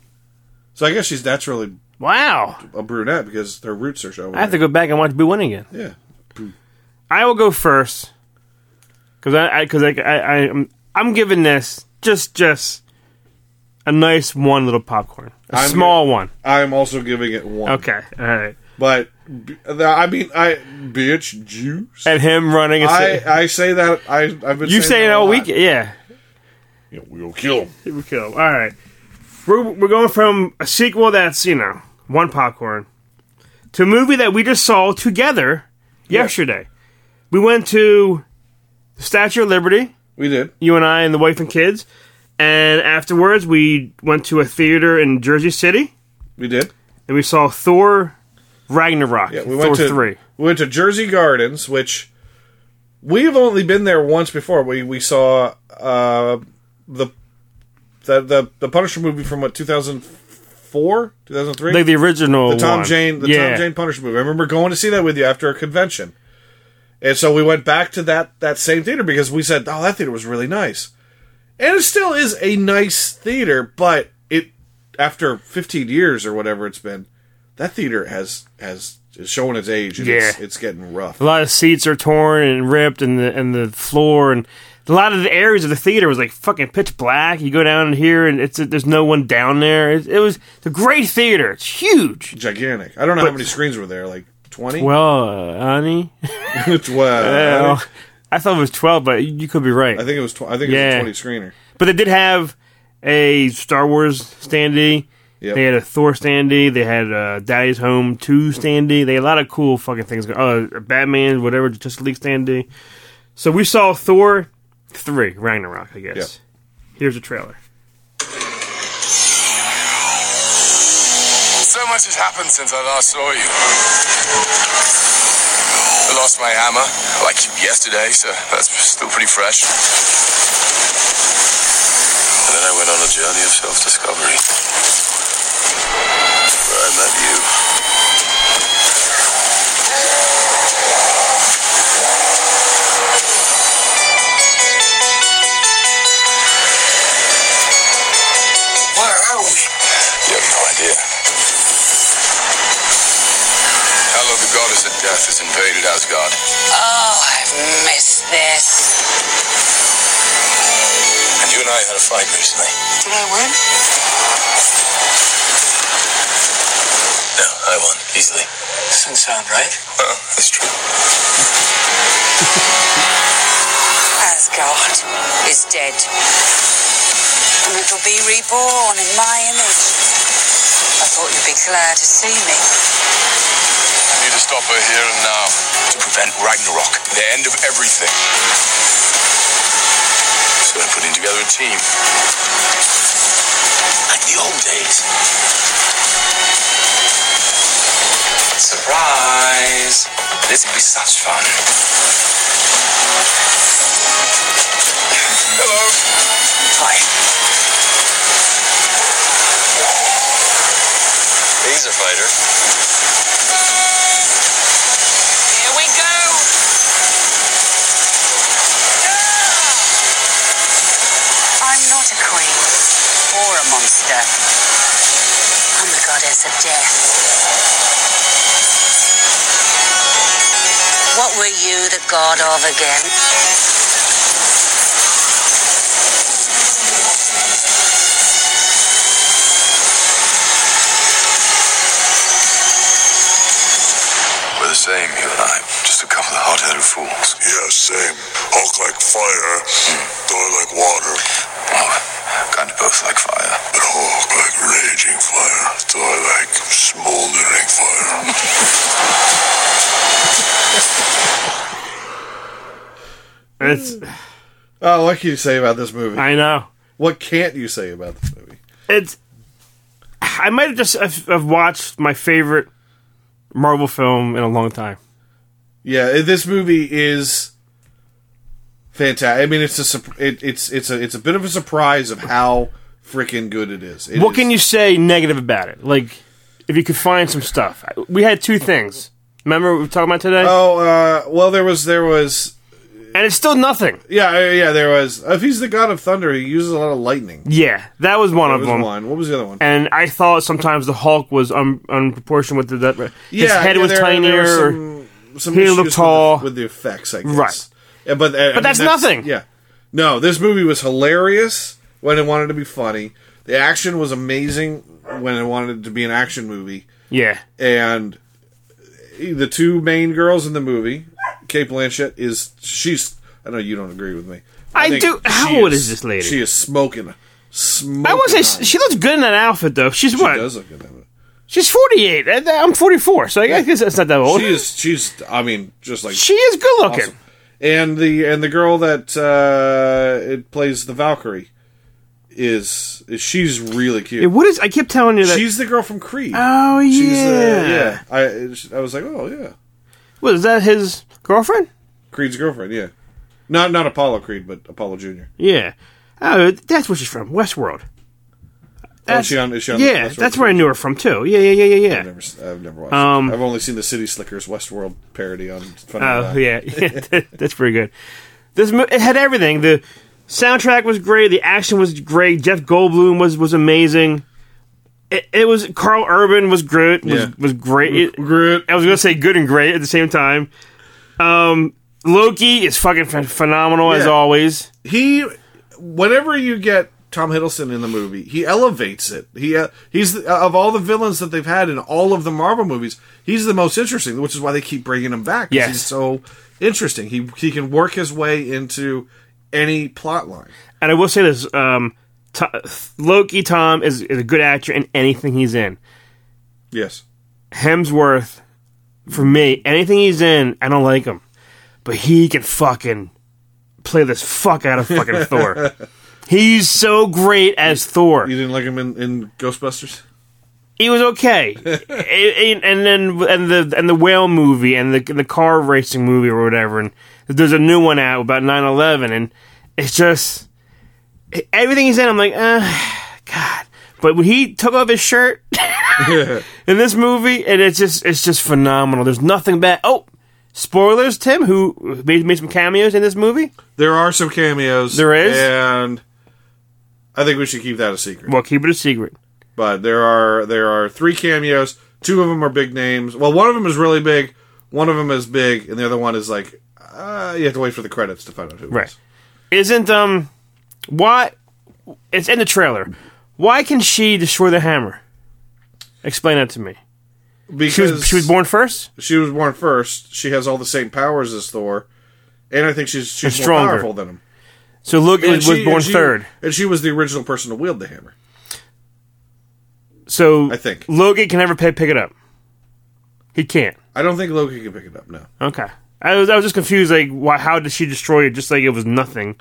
S3: So I guess she's naturally
S2: wow.
S3: a brunette because their roots are showing.
S2: I have to go back and watch Boo Win again.
S3: Yeah.
S2: I will go first because I because I, 'cause I, I, am I'm giving this just just a nice one little popcorn, a
S3: I'm
S2: small one.
S3: I'm also giving it one.
S2: Okay, all right.
S3: But b- I mean, I bitch juice.
S2: and him running. A
S3: I,
S2: I,
S3: I say that I I've been
S2: you say
S3: saying
S2: it
S3: that a
S2: all
S3: lot.
S2: week, yeah.
S3: Yeah, we'll kill him.
S2: We kill him. All right, we're we're going from a sequel that's you know one popcorn to a movie that we just saw together yesterday. We went to the Statue of Liberty.
S3: We did.
S2: you and I and the wife and kids. And afterwards, we went to a theater in Jersey City
S3: We did.
S2: and we saw Thor Ragnarok.
S3: Yeah, we
S2: Thor
S3: went to
S2: three.
S3: We went to Jersey Gardens, which we have only been there once before. We we saw uh, the the the the Punisher movie from what 2004, 2003.
S2: Like the original,
S3: the Tom
S2: one.
S3: Jane, the
S2: yeah.
S3: Tom Jane Punisher movie. I remember going to see that with you after a convention, and so we went back to that that same theater because we said, "Oh, that theater was really nice," and it still is a nice theater. But it after 15 years or whatever it's been, that theater has has is showing its age. And it's,
S2: Yeah.
S3: it's getting rough.
S2: A lot of seats are torn and ripped, and the and the floor and a lot of the areas of the theater was like fucking pitch black. You go down here, and it's there's no one down there. It, it was it's a great theater. It's huge.
S3: Gigantic. I don't know how many screens were there, like uh, 20. [laughs]
S2: Well, uh, honey,
S3: well,
S2: I thought it was twelve, but you could be right.
S3: I think it was. Tw- I think
S2: Yeah.
S3: it was a 20 screener.
S2: But they did have a Star Wars standee.
S3: Yep.
S2: They had a Thor standee. They had a Daddy's Home 2 standee. They had a lot of cool fucking things. going- Oh, Batman, whatever, Justice League standee. So we saw Thor 3, Ragnarok, I guess. Here's a trailer.
S7: So much has happened since I last saw you. I lost my hammer, like yesterday, so that's still pretty fresh. And then I went on a journey of self discovery. Where I met you. Where are we? You have no idea. Hello, the goddess of death has invaded Asgard.
S8: Oh, I've missed this.
S7: And you and I had a fight recently.
S8: Did I win?
S7: No, I won, easily.
S8: Doesn't sound right.
S7: Well, that's true.
S8: Asgard is dead. And it'll be reborn in my image. I thought you'd be glad to see me.
S7: We need to stop her here and now to prevent Ragnarok, the end of everything. So I'm putting together a team. Like the old days. Surprise! This will be such fun. Hello. Hi. He's a fighter.
S8: Here we go. I'm not a queen or a monster. I'm the goddess of death. What were you the god of again?
S7: We're the same, you and I. Just a couple of hot-headed fools. Hmm.
S9: Yeah, same. Hulk like fire, Thor like water,
S7: Well, kind of both like fire.
S9: but Hulk like raging fire, Thor like smoldering
S7: [laughs]
S9: fire.
S2: And it's,
S3: Oh, what can you say about this movie?
S2: I know.
S3: what can't you say about this movie?
S2: It's. I might have just have, have watched my favorite Marvel film in a long time.
S3: Yeah, i- this movie is fantastic. I mean, it's a sup- it, it's it's a it's a bit of a surprise of how freaking good it is. It
S2: what
S3: is-
S2: can you say negative about it? Like, if you could find some stuff. We had two things. Remember what we were talking about today?
S3: Oh, uh, well, there was there was
S2: and it's still nothing.
S3: yeah uh, yeah there was. If he's the god of thunder, he uses a lot of lightning.
S2: Yeah, that was one
S3: That
S2: of
S3: was
S2: them.
S3: one. What was the other one?
S2: And I thought sometimes the Hulk was un- unproportioned with the. That, his
S3: yeah,
S2: head
S3: yeah,
S2: was
S3: there- there
S2: tinier.
S3: were
S2: or-
S3: some, some
S2: he
S3: issues
S2: looked
S3: with the-
S2: tall.
S3: with the, effects, I guess.
S2: Right.
S3: Yeah, but uh, I mean,
S2: that's nothing.
S3: Yeah, no, this movie was hilarious when it wanted to be funny. The action was amazing when it wanted to be an action movie,
S2: yeah.
S3: and the two main girls in the movie, Kate Blanchett is she's. I know you don't agree with me.
S2: I
S3: think
S2: do-
S3: she
S2: how old is this lady?
S3: She is smoking. Smoking.
S2: I would say
S3: hot.
S2: s- she looks good in that outfit, though. She's
S3: She
S2: what?
S3: does look good. in it.
S2: She's 48. and I'm 44, so I guess that's not that old.
S3: She is. She's. I mean, just like
S2: She is good looking.
S3: awesome. And the and the girl that uh, it plays the Valkyrie is, is she's really cute.
S2: Yeah, what is? I kept telling you that.
S3: she's the girl from Creed.
S2: oh yeah.
S3: She's, uh, yeah. I I was like, oh yeah,
S2: What is that? His girlfriend?
S3: Creed's girlfriend. Yeah, not not Apollo Creed, but Apollo Junior.
S2: Yeah. Oh, that's where she's from. Westworld.
S3: Oh, is she on, is she on
S2: yeah,
S3: Westworld?
S2: that's where I knew her from too. Yeah, yeah, yeah, yeah,
S3: I've
S2: yeah.
S3: never, s- I've never watched.
S2: Um,
S3: it. I've only seen the City Slickers Westworld parody on. Funny
S2: Oh,
S3: Guy.
S2: yeah, [laughs] yeah. that's pretty good. This mo- it had everything. The soundtrack was great. The action was great. Jeff Goldblum was was amazing. It, it was Carl Urban was great. Was,
S3: Yeah.
S2: was great. It-
S3: Groot.
S2: I was gonna say good and great at the same time. Um, Loki is fucking ph- phenomenal as
S3: Yeah.
S2: always.
S3: he whenever you get Tom Hiddleston in the movie, he elevates it. He uh, he's the, of all the villains that they've had in all of the Marvel movies, he's the most interesting, which is why they keep bringing him back. 'cause
S2: Yes.
S3: he's so interesting. He he can work his way into any plot line.
S2: And I will say this: um, To- Loki Tom is, is a good actor in anything he's in.
S3: Yes,
S2: Hemsworth, for me, anything he's in, I don't like him, but he can fucking play this fuck out of fucking Thor. He's so great as Thor.
S3: you didn't like him in, in [laughs] Ghostbusters.
S2: He was okay, and, and then and the and the whale movie and the and the car racing movie or whatever, and there's a new one out about 9-11, and it's just everything he's in. I'm like, uh, [sighs] God. But when he took off his shirt, in this movie, and it's just it's just phenomenal. There's nothing bad. Oh, spoilers, Tim, who made, made some cameos in this movie.
S3: There are some cameos.
S2: There is?
S3: and I think we should keep that a secret.
S2: Well, keep it a secret.
S3: but there are there are three cameos. Two of them are big names. Well, one of them is really big. One of them is big, and the other one is like uh, you have to wait for the credits to find out who. it
S2: Right.
S3: is.
S2: Isn't um why it's in the trailer. Why can she destroy the hammer? Explain that to me.
S3: Because
S2: She was she was born first?
S3: She was born first. She has all the same powers as Thor, and I think she's
S2: And
S3: she's more
S2: stronger.
S3: powerful than him.
S2: So Loki
S3: And
S2: was,
S3: she-
S2: born
S3: and she-
S2: third.
S3: and she was the original person to wield the hammer.
S2: So
S3: I think.
S2: Loki can never pay, pick it up. He can't.
S3: I don't think Loki can pick it up now.
S2: Okay. I was I was just confused. Like, why? How did she destroy it? Just like it was nothing,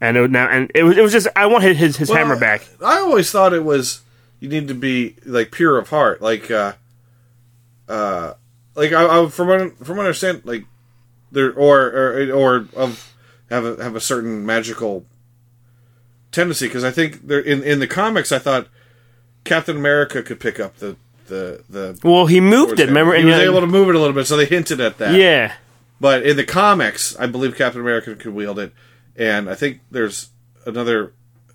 S2: and it, now and it was it was just I want his his, his hammer back.
S3: I always thought it was you need to be like pure of heart, like uh, uh, like I, I from what, from what I understand, like there or or or of have a, have a certain magical tendency because I think there in in the comics I thought Captain America could pick up the the the.
S2: Well, he moved it. Remember?
S3: He
S2: And
S3: was
S2: then-
S3: able to move it a little bit, so they hinted at that.
S2: yeah.
S3: But in the comics, I believe Captain America could wield it, and I think there's another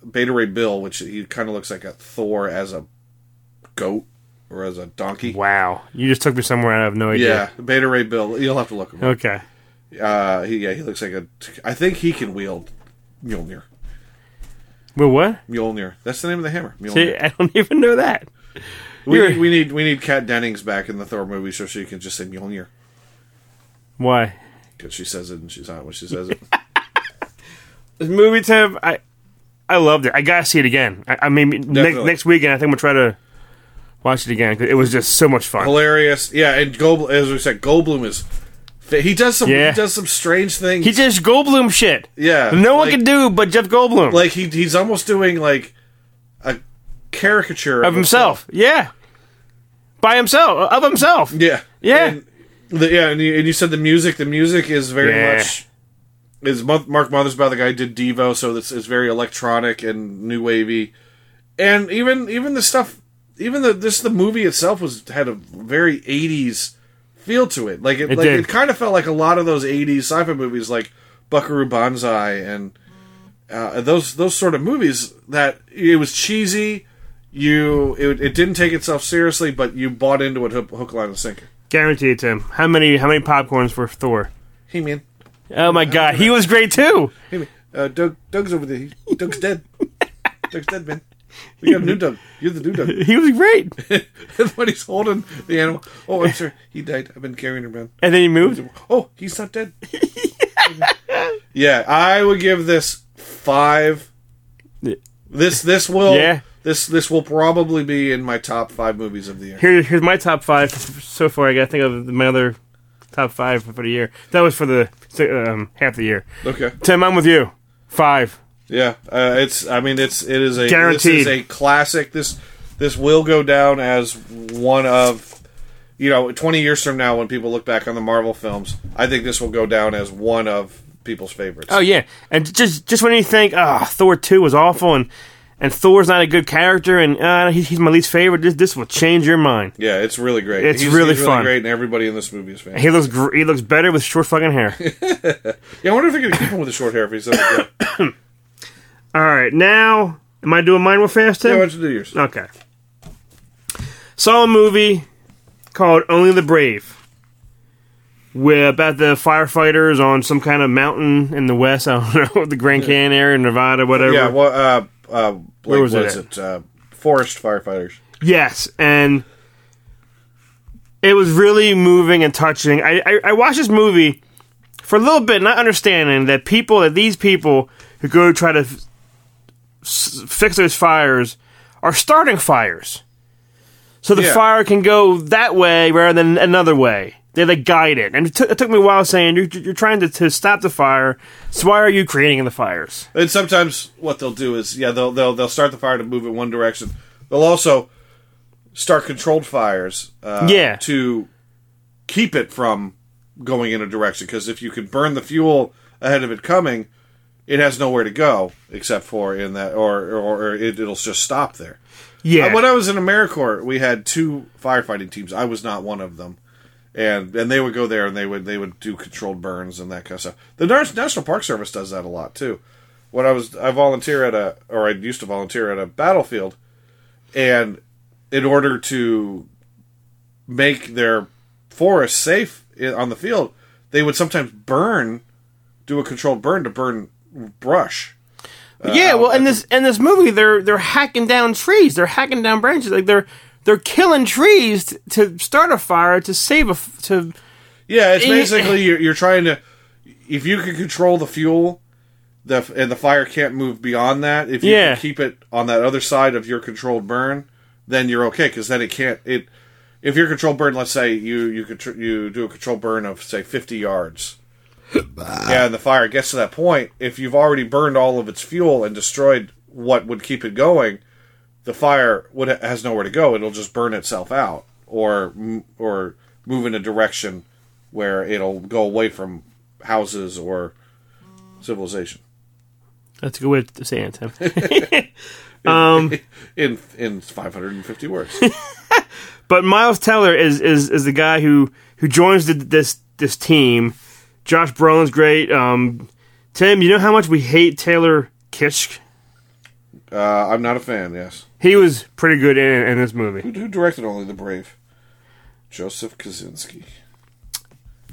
S3: Beta Ray Bill, which he kind of looks like a Thor as a goat or as a donkey.
S2: Wow. You just took me somewhere I have no
S3: Yeah,
S2: idea.
S3: Beta Ray Bill. You'll have to look him. up.
S2: Okay.
S3: Uh, he, yeah, he looks like a. I think he can wield Mjolnir.
S2: Well, what?
S3: Mjolnir. That's the name of the hammer.
S2: See,
S3: Mjolnir.
S2: I don't [laughs] even know that.
S3: We
S2: you're-
S3: need, we need we need Kat Dennings back in the Thor movie so she can just say Mjolnir
S2: Why?
S3: because she says it and she's hot when she says it.
S2: This movie, Tim. I I loved it. I gotta see it again. I, I mean, next,
S3: Definitely.
S2: next weekend, I think I'm gonna try to watch it again. 'cause It was just so much fun.
S3: hilarious. Yeah, and Goldblum, as we said, Goldblum is he does some
S2: Yeah.
S3: he does some strange things.
S2: He just Goldblum shit.
S3: Yeah,
S2: No one
S3: like-
S2: can do but Jeff Goldblum
S3: like he he's almost doing like a caricature
S2: of himself. Yeah. By himself, of himself.
S3: Yeah,
S2: Yeah.
S3: And the, yeah, and you, and you said the music. The music is very
S2: Yeah.
S3: much is Mo- Mark Mothersbaugh the guy who did Devo, so this is very electronic and new wavy, and even even the stuff, even the this the movie itself was had a very eighties feel to it. Like it,
S2: It
S3: like
S2: did.
S3: it kind of felt like a lot of those eighties sci-fi movies, like Buckaroo Banzai and uh, those those sort of movies that it was cheesy. You it, it didn't take itself seriously, but you bought into it hook, hook line, and sinker.
S2: Guaranteed, Tim. How many how many popcorns for Thor?
S3: Hey man,
S2: Oh my god, he was great too.
S3: hey man, uh, Doug [laughs] Doug's over there. He- Doug's dead. Doug's dead, man. We got a new duck. You're the new duck.
S2: He was great.
S3: and [laughs] when he's holding the animal, oh, I'm sorry, he died. I've been carrying him around.
S2: And then he moved.
S3: Oh, he's
S2: [laughs]
S3: not dead. yeah, I would give this five. This this will
S2: Yeah.
S3: this this will probably be in my top five movies of the year.
S2: Here, here's my top five so far. I got to think of my other top five for the year. That was for the um, half the year.
S3: Okay.
S2: Tim, I'm with you. Five.
S3: Yeah, uh, it's. I mean, it's. It is a This is
S2: Guaranteed.
S3: a classic. This this will go down as one of, you know, twenty years from now when people look back on the Marvel films, I think this will go down as one of people's favorites.
S2: Oh yeah, and just just when you think, ah, Thor two was awful, and and Thor's not a good character, and uh, he, he's my least favorite. This this will change your mind.
S3: yeah, it's really great.
S2: It's really fun.
S3: great, and everybody in this movie is fantastic.
S2: He looks gr- he looks better with short fucking hair.
S3: Yeah, I wonder if they're gonna keep him with the short hair if he's.
S2: [laughs]
S3: yeah,
S2: All right, now am I doing mine real fast? Tim?
S3: why don't you do yours?
S2: Okay. Saw a movie called Only the Brave. With about the firefighters on some kind of mountain in the west, [laughs] I don't know, the Grand Canyon area, Nevada, whatever.
S3: Yeah, well, uh, uh, like,
S2: Where was
S3: what
S2: it
S3: is
S2: at?
S3: it? Uh, forest firefighters.
S2: Yes, and it was really moving and touching. I, I, I watched this movie for a little bit, not understanding that people, that these people who go try to f- s- fix those fires are starting fires. So the
S3: Yeah.
S2: fire can go that way rather than another way. They like guide it, and it, took it took me a while saying you're, you're trying to, to stop the fire. So why are you creating the fires?
S3: And sometimes what they'll do is, yeah, they'll they'll they'll start the fire to move in one direction. They'll also start controlled fires, uh,
S2: Yeah.
S3: to keep it from going in a direction. Because if you can burn the fuel ahead of it coming, it has nowhere to go except for in that, or or, or it, it'll just stop there.
S2: Yeah,
S3: Uh, When I was in AmeriCorps, we had two firefighting teams. I was not one of them, and and they would go there and they would they would do controlled burns and that kind of stuff. The Nar- National Park Service does that a lot too. When I was I volunteer at a or I used to volunteer at a battlefield, and in order to make their forest safe i- on the field, they would sometimes burn, do a controlled burn to burn brush. uh,
S2: yeah, well, in this in this movie, they're they're hacking down trees, they're hacking down branches, like they're they're killing trees t- to start a fire to save a f- to
S3: Yeah, it's
S2: And you-
S3: basically you're, you're trying to. If you can control the fuel, the f- and the fire can't move beyond that. If you
S2: Yeah.
S3: can keep it on that other side of your controlled burn, then you're okay because then it can't. It if your controlled burn, let's say you you contr- you do a controlled burn of say 50 yards, yeah, and the fire gets to that point. If you've already burned all of its fuel and destroyed what would keep it going, the fire would has nowhere to go. It'll just burn itself out, or m- or move in a direction where it'll go away from houses or civilization.
S2: that's a good way to say it. Tim. [laughs]
S3: In in
S2: [laughs]
S3: 550 words,
S2: But Miles Teller is is is the guy who who joins the, this this team. Josh Brolin's great. Um, Tim, you know how much we hate Taylor Kish.
S3: uh, I'm not a fan. Yes,
S2: He was pretty good in in this movie.
S3: who, who directed Only the Brave? Joseph Kaczynski.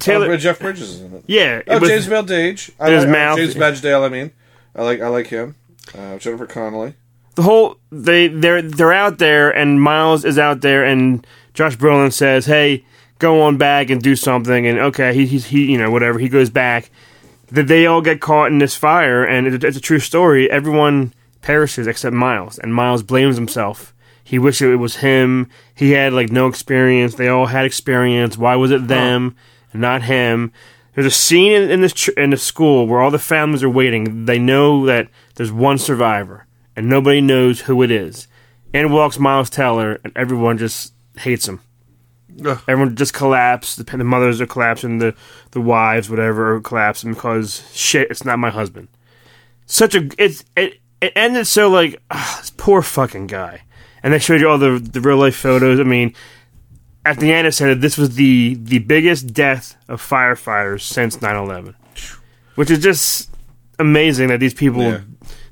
S2: Taylor,
S3: oh, Jeff Bridges is in it.
S2: yeah, it
S3: Oh,
S2: was-
S3: James Badge. I
S2: There's
S3: like,
S2: mouth.
S3: uh, James Badgedale. I mean, I like I like him. Uh, Jennifer Connelly.
S2: the whole they they're they're out there and Miles is out there and Josh Brolin says, "Hey, go on back and do something." And okay, he he, he you know whatever he goes back. That they all get caught in this fire and it, it's a true story. Everyone perishes except Miles, and Miles blames himself. He wished it was him. He had like no experience. They all had experience. Why was it them and not him? There's a scene in, in this ch- in the school where all the families are waiting. They know that there's one survivor, and nobody knows who it is. In walks Miles Teller, and everyone just hates him.
S3: Ugh.
S2: Everyone just collapsed. The, pa- the mothers are collapsing. The the wives, whatever, are collapsing because shit, it's not my husband. Such a it's it it ended so like ah, this poor fucking guy. And they showed you all the the real life photos. I mean, at the end, it said that this was the the biggest death of firefighters since 9-11. which is just amazing that these people
S3: Yeah.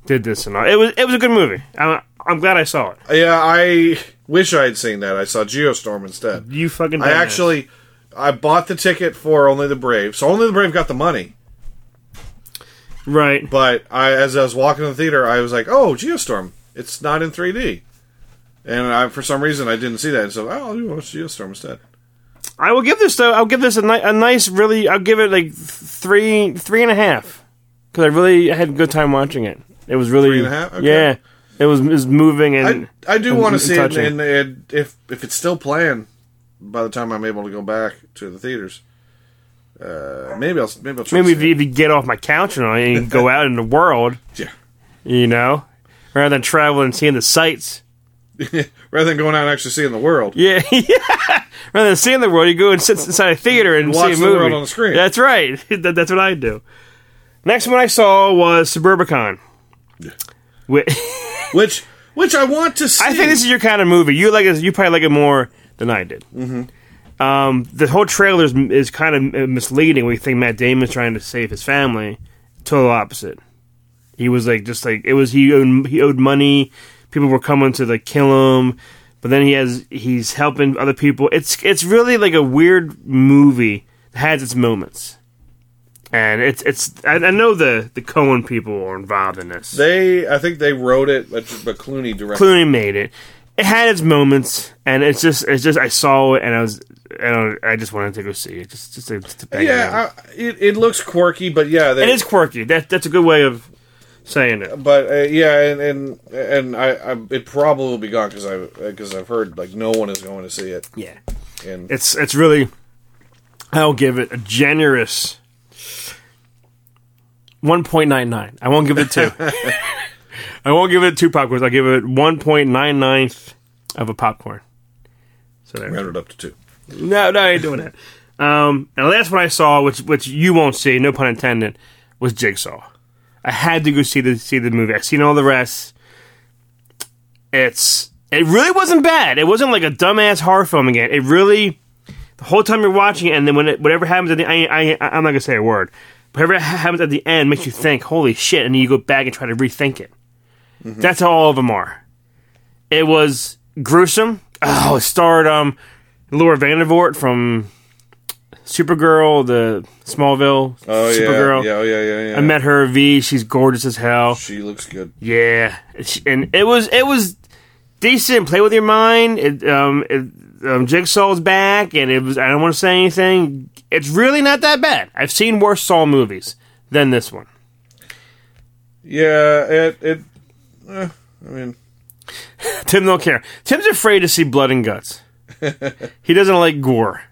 S2: did this and all. It was it was a good movie. I'm, I'm glad I saw it.
S3: Yeah, I wish I had seen that. I saw Geostorm instead.
S2: You fucking.
S3: I
S2: dumbass.
S3: actually I bought the ticket for Only the Brave. So Only the Brave got the money.
S2: right.
S3: But I as I was walking to the theater, I was like, "Oh, Geostorm. It's not in 3D. And I, for some reason, I didn't see that. And so, oh, I'll watch Geostorm instead.
S2: I will give this though. I'll give this a, ni- a nice, really. I'll give it like th- three, three and a half because I really had a good time watching it. It was really,
S3: Three and a half? Okay.
S2: yeah. It was, it was moving and
S3: I, I do
S2: and-
S3: want to
S2: and
S3: see it,
S2: touching.
S3: and, and if if it's still playing by the time I'm able to go back to the theaters, uh, maybe I'll maybe I'll try
S2: Maybe
S3: to
S2: if
S3: see
S2: you, if you get off my couch and, all, and you
S3: [laughs]
S2: go out in the world,
S3: it.
S2: you know, rather than traveling and seeing the sights.
S3: yeah. rather than going out and actually seeing the world.
S2: [laughs] Yeah, rather than seeing the world, you go and sit inside a theater and,
S3: Watch
S2: see a
S3: the
S2: movie.
S3: world on the screen.
S2: That's right. [laughs] That- that's what I do. Next one I saw was Suburbicon. [laughs] Wh-
S3: Which which I want to see.
S2: I think this is your kind of movie. You like it. You probably like it more than I did. Mm-hmm. Um, the whole trailer is, is kind of misleading. We think Matt Damon's trying to save his family. Total opposite. He was like just like it was. He owed, he owed money. People were coming to like kill him. But then he has he's helping other people. It's it's really like a weird movie. It has its moments. And it's it's I, I know the the Cohen people are involved in this.
S3: they I think they wrote it, but, but Clooney directed.
S2: Clooney made it. It had its moments, and it's just, it's just, I saw it, and I was, I, don't, I just wanted to go see it, just, just to, to bang it out.
S3: Yeah, I, it, it looks quirky, but yeah, they,
S2: it is quirky. That that's a good way of saying it.
S3: But uh, yeah, and and, and I, I it probably will be gone because I because I've heard like no one is going to see it.
S2: Yeah,
S3: And
S2: it's it's really, I'll give it a generous one point nine nine. I won't give it
S3: [laughs]
S2: two. I won't give it two popcorns. I'll give it one point nine nine of a popcorn. So there.
S3: rounded up to two.
S2: No, no, I ain't doing that. Um, and the last one I saw, which which you won't see, no pun intended, was Jigsaw. I had to go see the see the movie. I've seen all the rest. It's it really wasn't bad. It wasn't like a dumbass horror film again. It really the whole time you're watching it, and then when it, whatever happens at the I, I I'm not gonna say a word. Whatever ha- happens at the end makes you think, holy shit, and then you go back and try to rethink it.
S3: Mm-hmm.
S2: That's how all of them are. It was gruesome. Oh, it starred um, Laura Vandervoort from Supergirl, the Smallville
S3: Oh yeah,
S2: Supergirl.
S3: yeah, oh, yeah, yeah, yeah.
S2: I met her V. She's gorgeous as hell.
S3: She looks good.
S2: Yeah, It's- and it was it was decent. Play with your mind. It, um, it, um, Jigsaw's back, and it was. I don't want to say anything. It's really not that bad. I've seen worse Saw movies than this one.
S3: Yeah, it it. eh, I mean,
S2: Tim don't care. Tim's afraid to see blood and
S3: [laughs]
S2: guts. he doesn't like gore.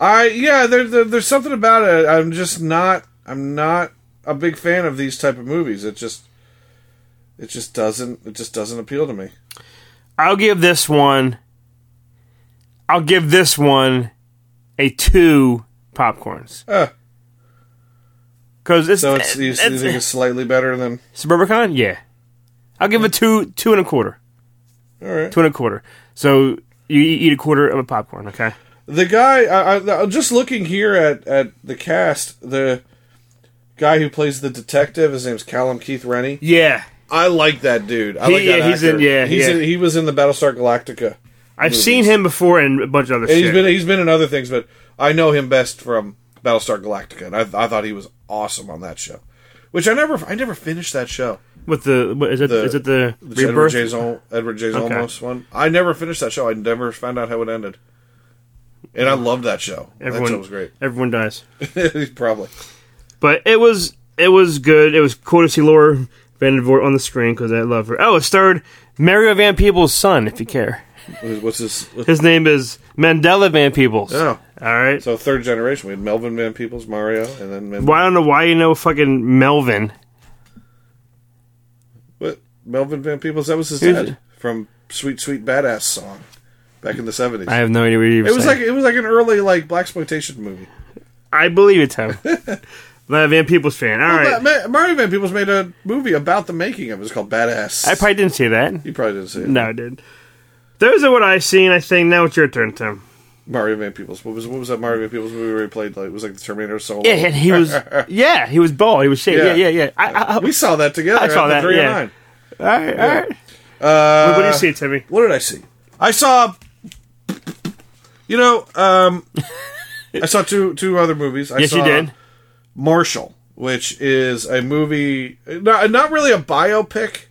S3: I yeah, there, there there's something about it. I'm just not. I'm not a big fan of these type of movies. It just. It just doesn't. It just doesn't appeal to me.
S2: I'll give this one. I'll give this one a two popcorns.
S3: Ah.
S2: Cause it's,
S3: So it's you,
S2: it's,
S3: you think it's slightly better than
S2: Suburbicon? Yeah. I'll give it two two and a quarter.
S3: all right.
S2: Two and a quarter. So you e- eat a quarter of a popcorn, okay?
S3: The guy, I, I, I'm just looking here at, at the cast. The guy who plays the detective, his name's Callum Keith Rennie.
S2: Yeah.
S3: I like that dude. I
S2: He-
S3: like that
S2: yeah, he's
S3: actor.
S2: in- yeah,
S3: he's
S2: yeah.
S3: In, he was in the Battlestar Galactica.
S2: I've seen him before in a bunch of other
S3: And
S2: shit.
S3: he's been he's been in other things, but I know him best from Battlestar Galactica, and I, I thought he was awesome on that show. Which I never I never finished that show.
S2: With the what is it
S3: The-
S2: is it the,
S3: The Edward
S2: rebirth?
S3: J. Zol- Edward J.
S2: Okay.
S3: Olmos one. I never finished that show. I never found out how it ended. And I loved that show. that
S2: everyone
S3: show was great. [laughs]
S2: Everyone dies. [laughs]
S3: Probably.
S2: But it was it was good. It was cool to see Laura Vandervoort on the screen because I love her. Oh, it starred Mario Van Peebles' son, if you care.
S3: What's his
S2: His name is Mandela Van Peebles.
S3: Oh.
S2: All right.
S3: So third generation, we had Melvin Van Peebles, Mario, and then Mel-
S2: Well, I don't know why you know fucking Melvin.
S3: what? Melvin Van Peebles. That was his
S2: Who's
S3: dad
S2: it?
S3: from "Sweet Sweet Badass" song back in the seventies.
S2: I have no idea what you were
S3: It was
S2: saying.
S3: like it was like an early like black exploitation movie.
S2: I believe it's
S3: [laughs]
S2: him. Not a Van Peebles fan. All
S3: Well,
S2: right.
S3: Ma- Ma- Mario Van Peebles made a movie about the making of it. It's called Badass.
S2: I probably didn't see that.
S3: you probably didn't see it.
S2: No, I did. Those are what I've seen. I think now it's your turn, Tim.
S3: Mario Van Peebles. What was what was that Mario Van Peebles movie where he played like it was like the Terminator solo?
S2: Yeah, and he
S3: [laughs]
S2: was. Yeah, he was bald. He was shaved. Yeah,
S3: Yeah.
S2: yeah, yeah. I, I, I,
S3: we saw that together.
S2: I saw
S3: at the
S2: that,
S3: 309.
S2: all right, all right.
S3: Uh,
S2: what do you see, Timmy?
S3: What did I see? I saw. You know,
S2: [laughs]
S3: um, I saw two two other movies. I
S2: Yes,
S3: saw
S2: you did.
S3: Marshall, which is a movie, not, not really a biopic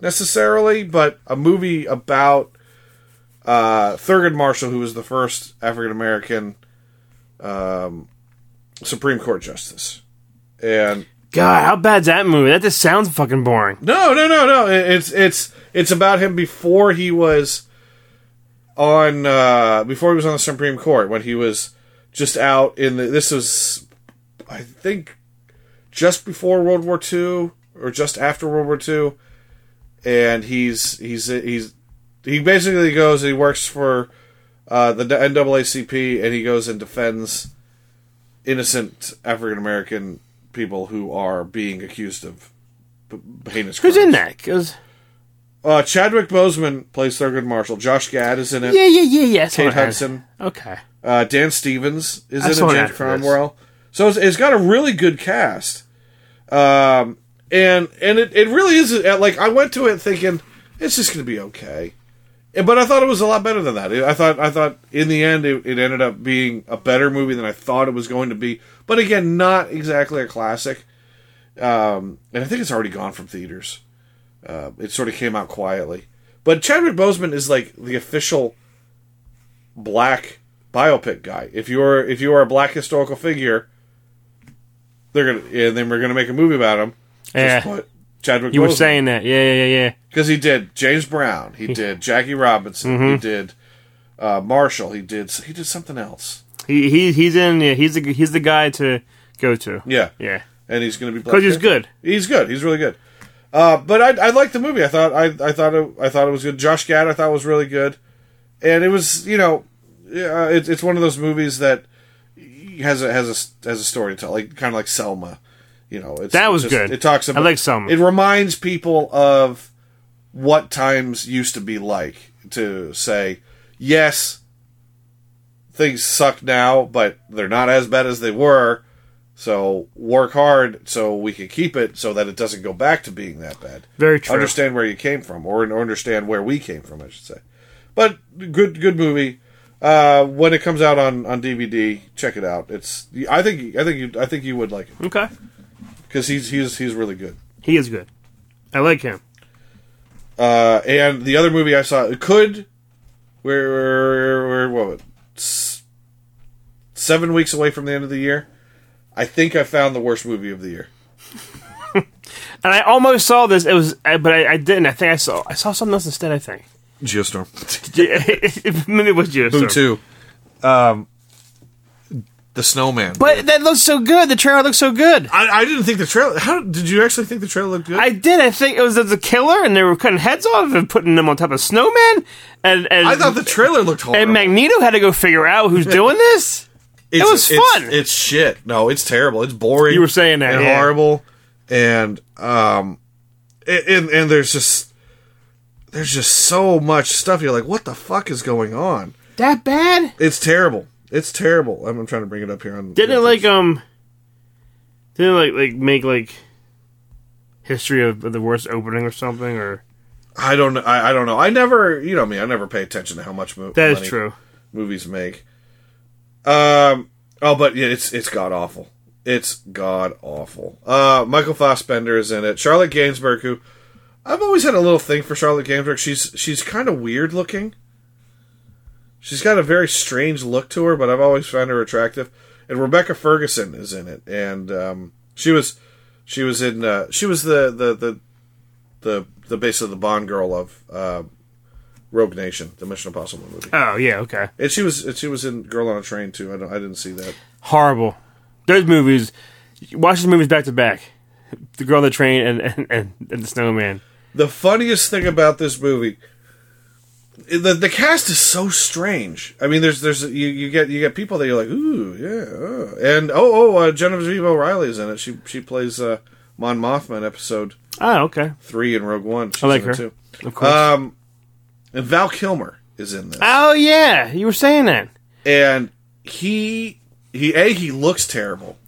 S3: necessarily, but a movie about uh, Thurgood Marshall, who was the first African American um, Supreme Court justice. And
S2: God, how bad's that movie? That just sounds fucking boring.
S3: no, no, no, no. It- It's it's it's about him before he was on uh, before he was on the Supreme Court when he was just out in the. This was, I think, just before World War II or just after World War II, and he's he's he's he basically goes and he works for uh, the NAACP and he goes and defends innocent African American people who are being accused of b- heinous crimes.
S2: Who's in that? 'Cause-
S3: Uh, Chadwick Boseman plays Thurgood Marshall. Josh Gad is in it.
S2: yeah, yeah, yeah, yeah. that's
S3: Kate
S2: what I had.
S3: Hudson.
S2: Okay.
S3: Uh, Dan Stevens is
S2: I
S3: in
S2: saw
S3: it.
S2: an
S3: James
S2: ad for this.
S3: Cromwell. So it's, it's got a really good cast. Um, and and it, it really is uh, like I went to it thinking it's just going to be okay, And- but I thought it was a lot better than that. I thought I thought in the end it, it ended up being a better movie than I thought it was going to be. But again, not exactly a classic. Um, and I think it's already gone from theaters. Uh, it sort of came out quietly. But Chadwick Boseman is like the official black biopic guy. If you're if you are a black historical figure, they're gonna and then we're gonna make a movie about him.
S2: Yeah.
S3: Just put Chadwick.
S2: You were
S3: Boseman.
S2: saying Hmm. that. Yeah, yeah, yeah.
S3: because he did James Brown, he did Jackie Robinson,
S2: Mm-hmm.
S3: he did uh, Marshall, he did he did something else.
S2: He, he he's in. Yeah, he's the he's the guy to go to.
S3: Yeah,
S2: Yeah.
S3: and he's gonna be black
S2: Because he's
S3: Panther.
S2: good.
S3: He's good. He's really good. Uh, but I I liked the movie. I thought I I thought it, I thought it was good. Josh Gad I thought was really good, and it was you know yeah, uh, it's it's one of those movies that has a has a has a story to tell, like kind of like Selma. You know, it's,
S2: That was
S3: it's
S2: good.
S3: It talks
S2: I
S3: about
S2: like Selma.
S3: It reminds people of what times used to be like to say yes. Things suck now, but they're not as bad as they were. So work hard so we can keep it so that it doesn't go back to being that bad.
S2: Very true.
S3: Understand where you came from, or, or understand where we came from, I should say. But good, good movie. Uh, when it comes out on, on DVD, check it out. It's I think I think you I think you would like it
S2: Okay.
S3: because he's he's he's really good.
S2: He is good. I like him.
S3: Uh, and the other movie I saw it could where where, where what was it? S- seven weeks away from the end of the year. I think I found the worst movie of the year.
S2: And I almost saw this. It was, I- but I, I didn't. I think I saw. I saw something else instead. I think.
S3: Geostorm. [laughs]
S2: Yeah, Maybe it was you. [laughs] sir.
S3: Who too? Um, the Snowman.
S2: But that looks so good. The trailer looks so good.
S3: I, I didn't think the trailer. How did you actually think the trailer looked good?
S2: I did. I think it was the killer, and they were cutting heads off and putting them on top of snowmen. And, and
S3: I thought the trailer looked horrible.
S2: and Magneto had to go figure out
S3: [laughs]
S2: who's doing this.
S3: It's-
S2: was
S3: it's-
S2: fun.
S3: It's, shit. No, it's terrible. It's boring.
S2: You were saying that,
S3: and
S2: yeah.
S3: horrible, and um, and, and and there's just there's just so much stuff. You're like, what the fuck is going on?
S2: That bad?
S3: It's terrible. It's terrible. I'm, I'm trying to bring it up here on.
S2: Didn't it like um? Didn't it like like make like history of the worst opening or something? Or
S3: I don't. I, I don't know. I never. You know me. I never pay attention to how much mo-
S2: that is
S3: money
S2: true.
S3: movies make. Um. Oh, but yeah, it's it's god awful. It's god awful. Uh, Michael Fassbender is in it. Charlotte Gainsbourg, who I've always had a little thing for Charlotte Gainsbourg. She's she's kind of weird looking. She's got a very strange look to her, but I've always found her attractive. And Rebecca Ferguson is in it, and um, she was she was in uh, she was the the the the the base of the Bond girl of uh, Rogue Nation, the Mission Impossible movie.
S2: Oh yeah, okay.
S3: And she was and she was in Girl on a Train too. I don't I didn't see that.
S2: Horrible. Those movies. Watch those movies back to back. The girl on the train and and, and, and the snowman.
S3: The funniest thing about this movie the the cast is so strange. I mean there's there's you, you get you get people that you're like, "Ooh, yeah." Uh. And oh oh, uh, Genevieve O'Reilly's in it. She she plays uh Mon Mothma in episode
S2: Oh okay.
S3: 3 in Rogue One. She's
S2: I like
S3: in it,
S2: her. Of course.
S3: Um and Val Kilmer is in this.
S2: oh yeah, you were saying that.
S3: And he he a he looks terrible.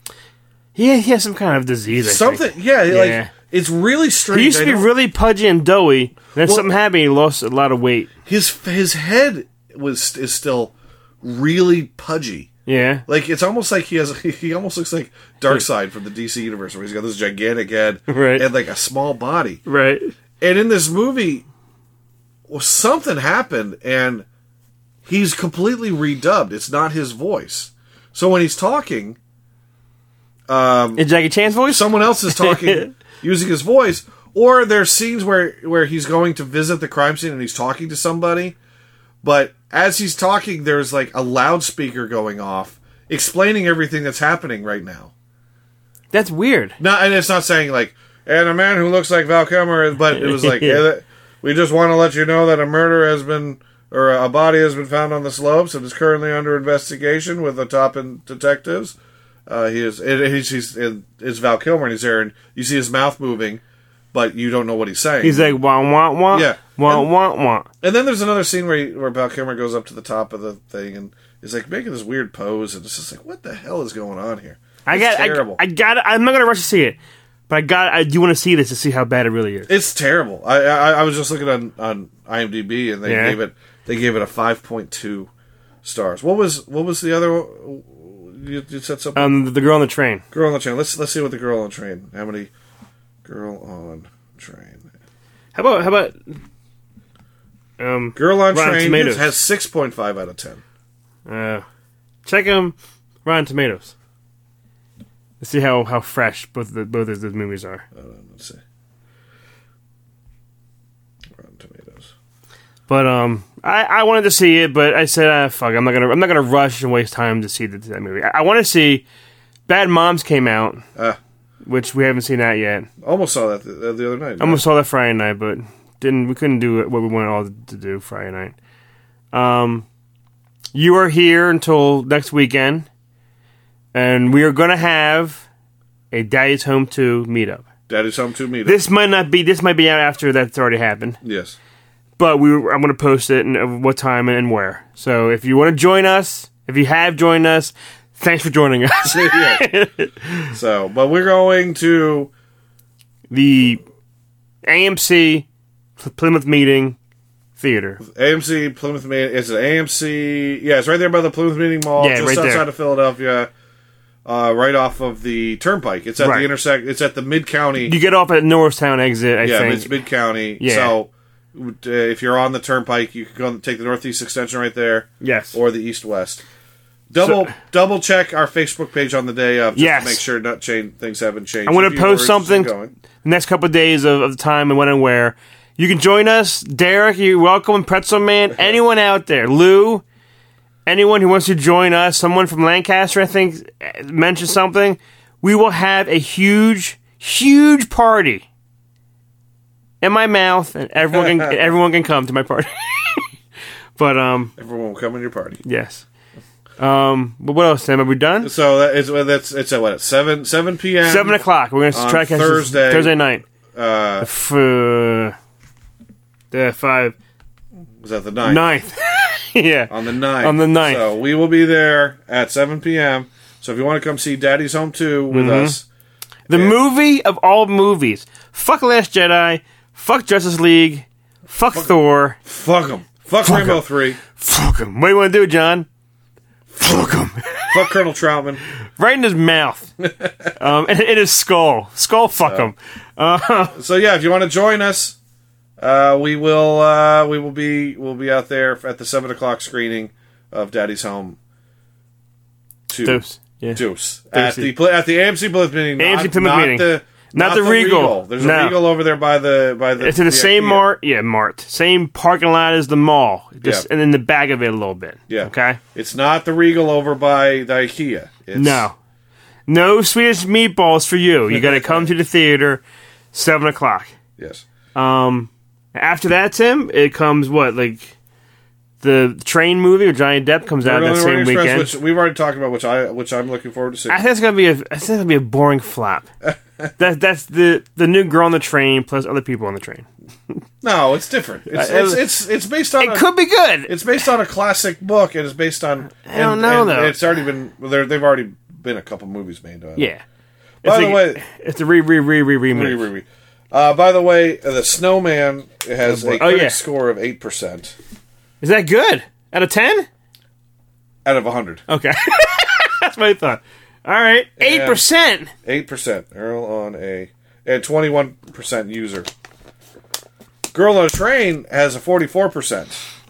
S2: He he has some kind of disease. I think.
S3: Something yeah,
S2: Yeah.
S3: like it's really strange.
S2: He used to
S3: I
S2: be
S3: don't-
S2: really pudgy and doughy. Then something happened. He lost a lot of weight.
S3: his his head was is still really pudgy.
S2: Yeah.
S3: Like it's almost like he has [laughs] he almost looks like Darkseid from the DC universe where he's got this gigantic head
S2: Right.
S3: and like a small body.
S2: Right.
S3: And in this movie, well, something happened, and he's completely redubbed. It's not his voice. So when he's talking, Um,
S2: Is Jackie Chan's voice?
S3: someone else is talking using his voice, or there's scenes where where he's going to visit the crime scene and he's talking to somebody, but as he's talking, there's like a loudspeaker going off explaining everything that's happening right now.
S2: That's weird.
S3: No, and it's not saying like, and a man who looks like Val Kilmer, but it
S2: [laughs]
S3: was like, "Yeah, that- we just want to let you know that a murder has been or a body has been found on the slopes and is currently under investigation with the top in detectives. Uh, he is, and he's, he's and it's Val Kilmer, and he's there, and you see his mouth moving, but you don't know what he's saying.
S2: He's like wah wah wah.
S3: Yeah.
S2: Wah
S3: And-
S2: wah wah.
S3: And then there's another scene where he, where Val Kilmer goes up to the top of the thing and is like making this weird pose, and it's just like, what the hell is going on here?
S2: I
S3: It's
S2: got. I,
S3: terrible.
S2: I got. I'm not gonna rush to see it, but I got. I do want to see this to see how bad it really is.
S3: It's terrible. I, I I was just looking on on IMDb and they
S2: Yeah.
S3: gave it they gave it a five point two stars. What was what was the other? one? You, you said something.
S2: Um, the girl on the train.
S3: girl on the train. Let's let's see what the girl on the train. How many girl on train?
S2: How about how about um
S3: Girl on
S2: Rotten
S3: train
S2: Tomatoes.
S3: has six point five out of ten.
S2: uh, check them Rotten Tomatoes. Let's see how how fresh both the, both of those movies are.
S3: Hold on, Uh, let's see. Rotten Tomatoes.
S2: But um, I I wanted to see it, but I said ah, fuck, I'm not gonna I'm not gonna rush and waste time to see the, that movie. I, I want to see Bad Moms came out,
S3: Ah.
S2: which we haven't seen that yet.
S3: Almost saw that the, the other night.
S2: I almost saw that Friday night, but didn't we couldn't do what we wanted all to do Friday night. Um, you are here until next weekend, and we are gonna have a Daddy's Home Two meetup.
S3: Daddy's home to me.
S2: This might not be this might be out after that's already happened,
S3: yes.
S2: but we were, I'm gonna post it and uh, what time and where. So if you want to join us, if you have joined us, thanks for joining us.
S3: Yeah. So, but we're going to
S2: [laughs] the AMC Plymouth Meeting Theater.
S3: AMC Plymouth Meeting. It's an AMC. Yeah, it's right there by the Plymouth Meeting Mall,
S2: Yeah,
S3: just
S2: right there.
S3: outside of Philadelphia, uh, right off of the Turnpike. It's at
S2: Right.
S3: the intersect. It's at the Mid County.
S2: You get off at Norristown exit, I
S3: Yeah,
S2: think.
S3: it's Mid County.
S2: Yeah.
S3: So uh, if you're on the Turnpike, you can go and take the Northeast Extension right there.
S2: Yes.
S3: or the East West. Double double check our Facebook page on the day of just
S2: Yes.
S3: to make sure not change things haven't changed.
S2: I'm going
S3: If
S2: to
S3: you were
S2: post
S3: interested in
S2: something
S3: going.
S2: the next couple of days of, of the time and when and where. You can join us, Derek. You're welcome, Pretzel Man. Anyone out there, Lou, anyone who wants to join us, someone from Lancaster, I think, eh, mentioned something. We will have a huge, huge party in my mouth, and
S3: [laughs]
S2: everyone can everyone can come to my party. [laughs] but um,
S3: Everyone will come in your party.
S2: yes. Um, but what else, Sam? Are we done?
S3: So that is that's it's at what at seven seven p.m.
S2: Seven o'clock. We're gonna
S3: Um, on
S2: try to catch this
S3: Thursday.
S2: Thursday night.
S3: Uh,
S2: F- uh, the five
S3: was that the ninth?
S2: ninth. [laughs] yeah.
S3: on the 9th.
S2: On the 9th.
S3: So we will be there at 7 p.m. So if you want to come see Daddy's Home 2 with
S2: Mm-hmm.
S3: us,
S2: the movie of all movies. Fuck Last Jedi. Fuck Justice League. Fuck, Thor.
S3: fuck them. Fuck,
S2: Fuck
S3: Rainbow
S2: 'em.
S3: 3.
S2: Fuck him. What do you want to do, John? Fuck him.
S3: Fuck Colonel Troutman.
S2: right in his
S3: [laughs]
S2: mouth. um, and in his skull. Skull fuck him.
S3: So yeah, if you want to join us, uh, we will uh, we will be we'll be out there at the 7 o'clock screening of Daddy's Home 2.
S2: Deuce. Yeah.
S3: Deuce. At
S2: Deucey.
S3: the, pl- at the AMC Plymouth meeting.
S2: AMC
S3: not,
S2: Plymouth
S3: not
S2: meeting.
S3: The,
S2: Not the Regal.
S3: There's
S2: No.
S3: a Regal over there by the by the.
S2: It's in the same
S3: Ikea.
S2: mart. Yeah, mart. Same parking lot as the mall. Just
S3: Yeah.
S2: and in the back of it a little bit.
S3: Yeah.
S2: Okay.
S3: It's not the Regal over by the IKEA. It's,
S2: No. No Swedish meatballs for you. You got to come to the theater, 7 o'clock.
S3: Yes.
S2: Um, after that, Tim, it comes what? Like the train movie with Johnny Depp comes out
S3: Orlando
S2: that same
S3: Orient Express,
S2: weekend.
S3: which we've already talked about, which I which I'm looking forward to seeing.
S2: I think it's gonna be a I think it's gonna be a boring
S3: [laughs]
S2: flop. that that's the the new girl on the train plus other people on the train.
S3: no, it's different. It's
S2: I-
S3: it's, it's it's based on
S2: It
S3: a,
S2: could be good.
S3: it's based on a classic book, and it's based on. I
S2: don't know, though.
S3: It's already been well, there- they've already been a couple movies made. On it.
S2: yeah.
S3: By
S2: It's
S3: the
S2: like-
S3: way-
S2: it's a re re re re
S3: Re-
S2: remake.
S3: re- re. Uh, by the way, the Snowman has
S2: Oh, boy.
S3: a
S2: Oh,
S3: critic
S2: yeah.
S3: score of eight percent
S2: Is that good? Out of ten?
S3: out of hundred.
S2: Okay, [laughs] that's my thought. All right, eight percent.
S3: Eight percent Earl on a and twenty one percent user. Girl on a Train has a 44%.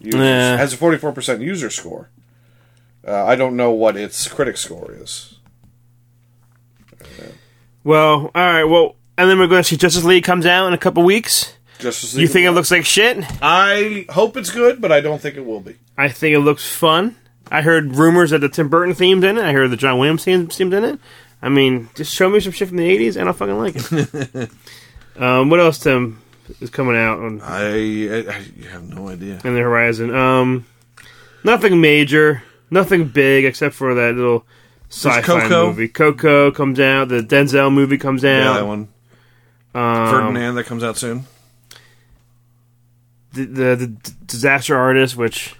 S3: User,
S2: Yeah.
S3: Has a 44% user score. Uh, I don't know what its critic score is.
S2: Well, all right. Well, and then we're going to see Justice League comes out in a couple weeks.
S3: Justice League.
S2: You think it looks like shit?
S3: I hope it's good, but I don't think it will be.
S2: I think it looks fun. I heard rumors that the Tim Burton themes in it. I heard the John Williams theme- themes in it. I mean, just show me some shit from the '80s, and I'll fucking like it.
S3: [laughs]
S2: um, what else, Tim, is coming out on
S3: I, I, I have no idea.
S2: in the horizon? Um, nothing major, nothing big, except for that little sci-fi
S3: Coco.
S2: movie. Coco comes out. The Denzel movie comes out.
S3: Yeah, that one.
S2: Um,
S3: Ferdinand that comes out soon.
S2: The, the, the d- disaster artist, which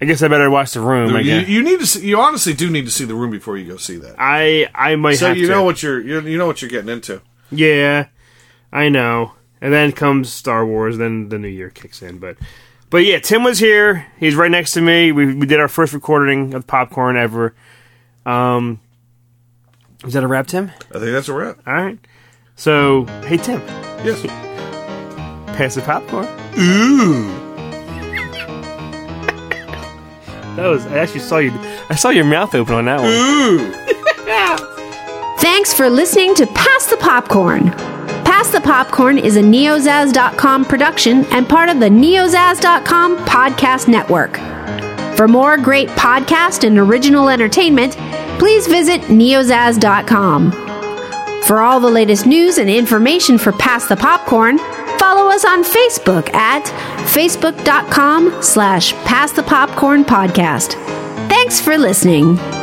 S2: I guess I better watch the room. I
S3: You,
S2: guess.
S3: you need to. See, you honestly do need to see the room before you go see that.
S2: I I might
S3: so
S2: have
S3: you
S2: to.
S3: know what you're you you know what you're getting into.
S2: Yeah, I know. And then comes Star Wars. Then the new year kicks in. But, but yeah, Tim was here. He's right next to me. We, we did our first recording of popcorn ever. Um, is that a wrap, Tim?
S3: I think that's a wrap.
S2: All right. So, hey Tim,
S3: Yes.
S2: pass the popcorn. Ooh. that was. I actually saw you. I saw your mouth open on that one.
S1: Thanks for listening to Pass the Popcorn. Pass the Popcorn is a neozaz.com production and part of the neozaz.com podcast network. For more great podcast and original entertainment, please visit neozaz.com. For all the latest news and information for Pass the Popcorn, follow us on Facebook at facebook.com slash Pass the Popcorn Podcast. Thanks for listening.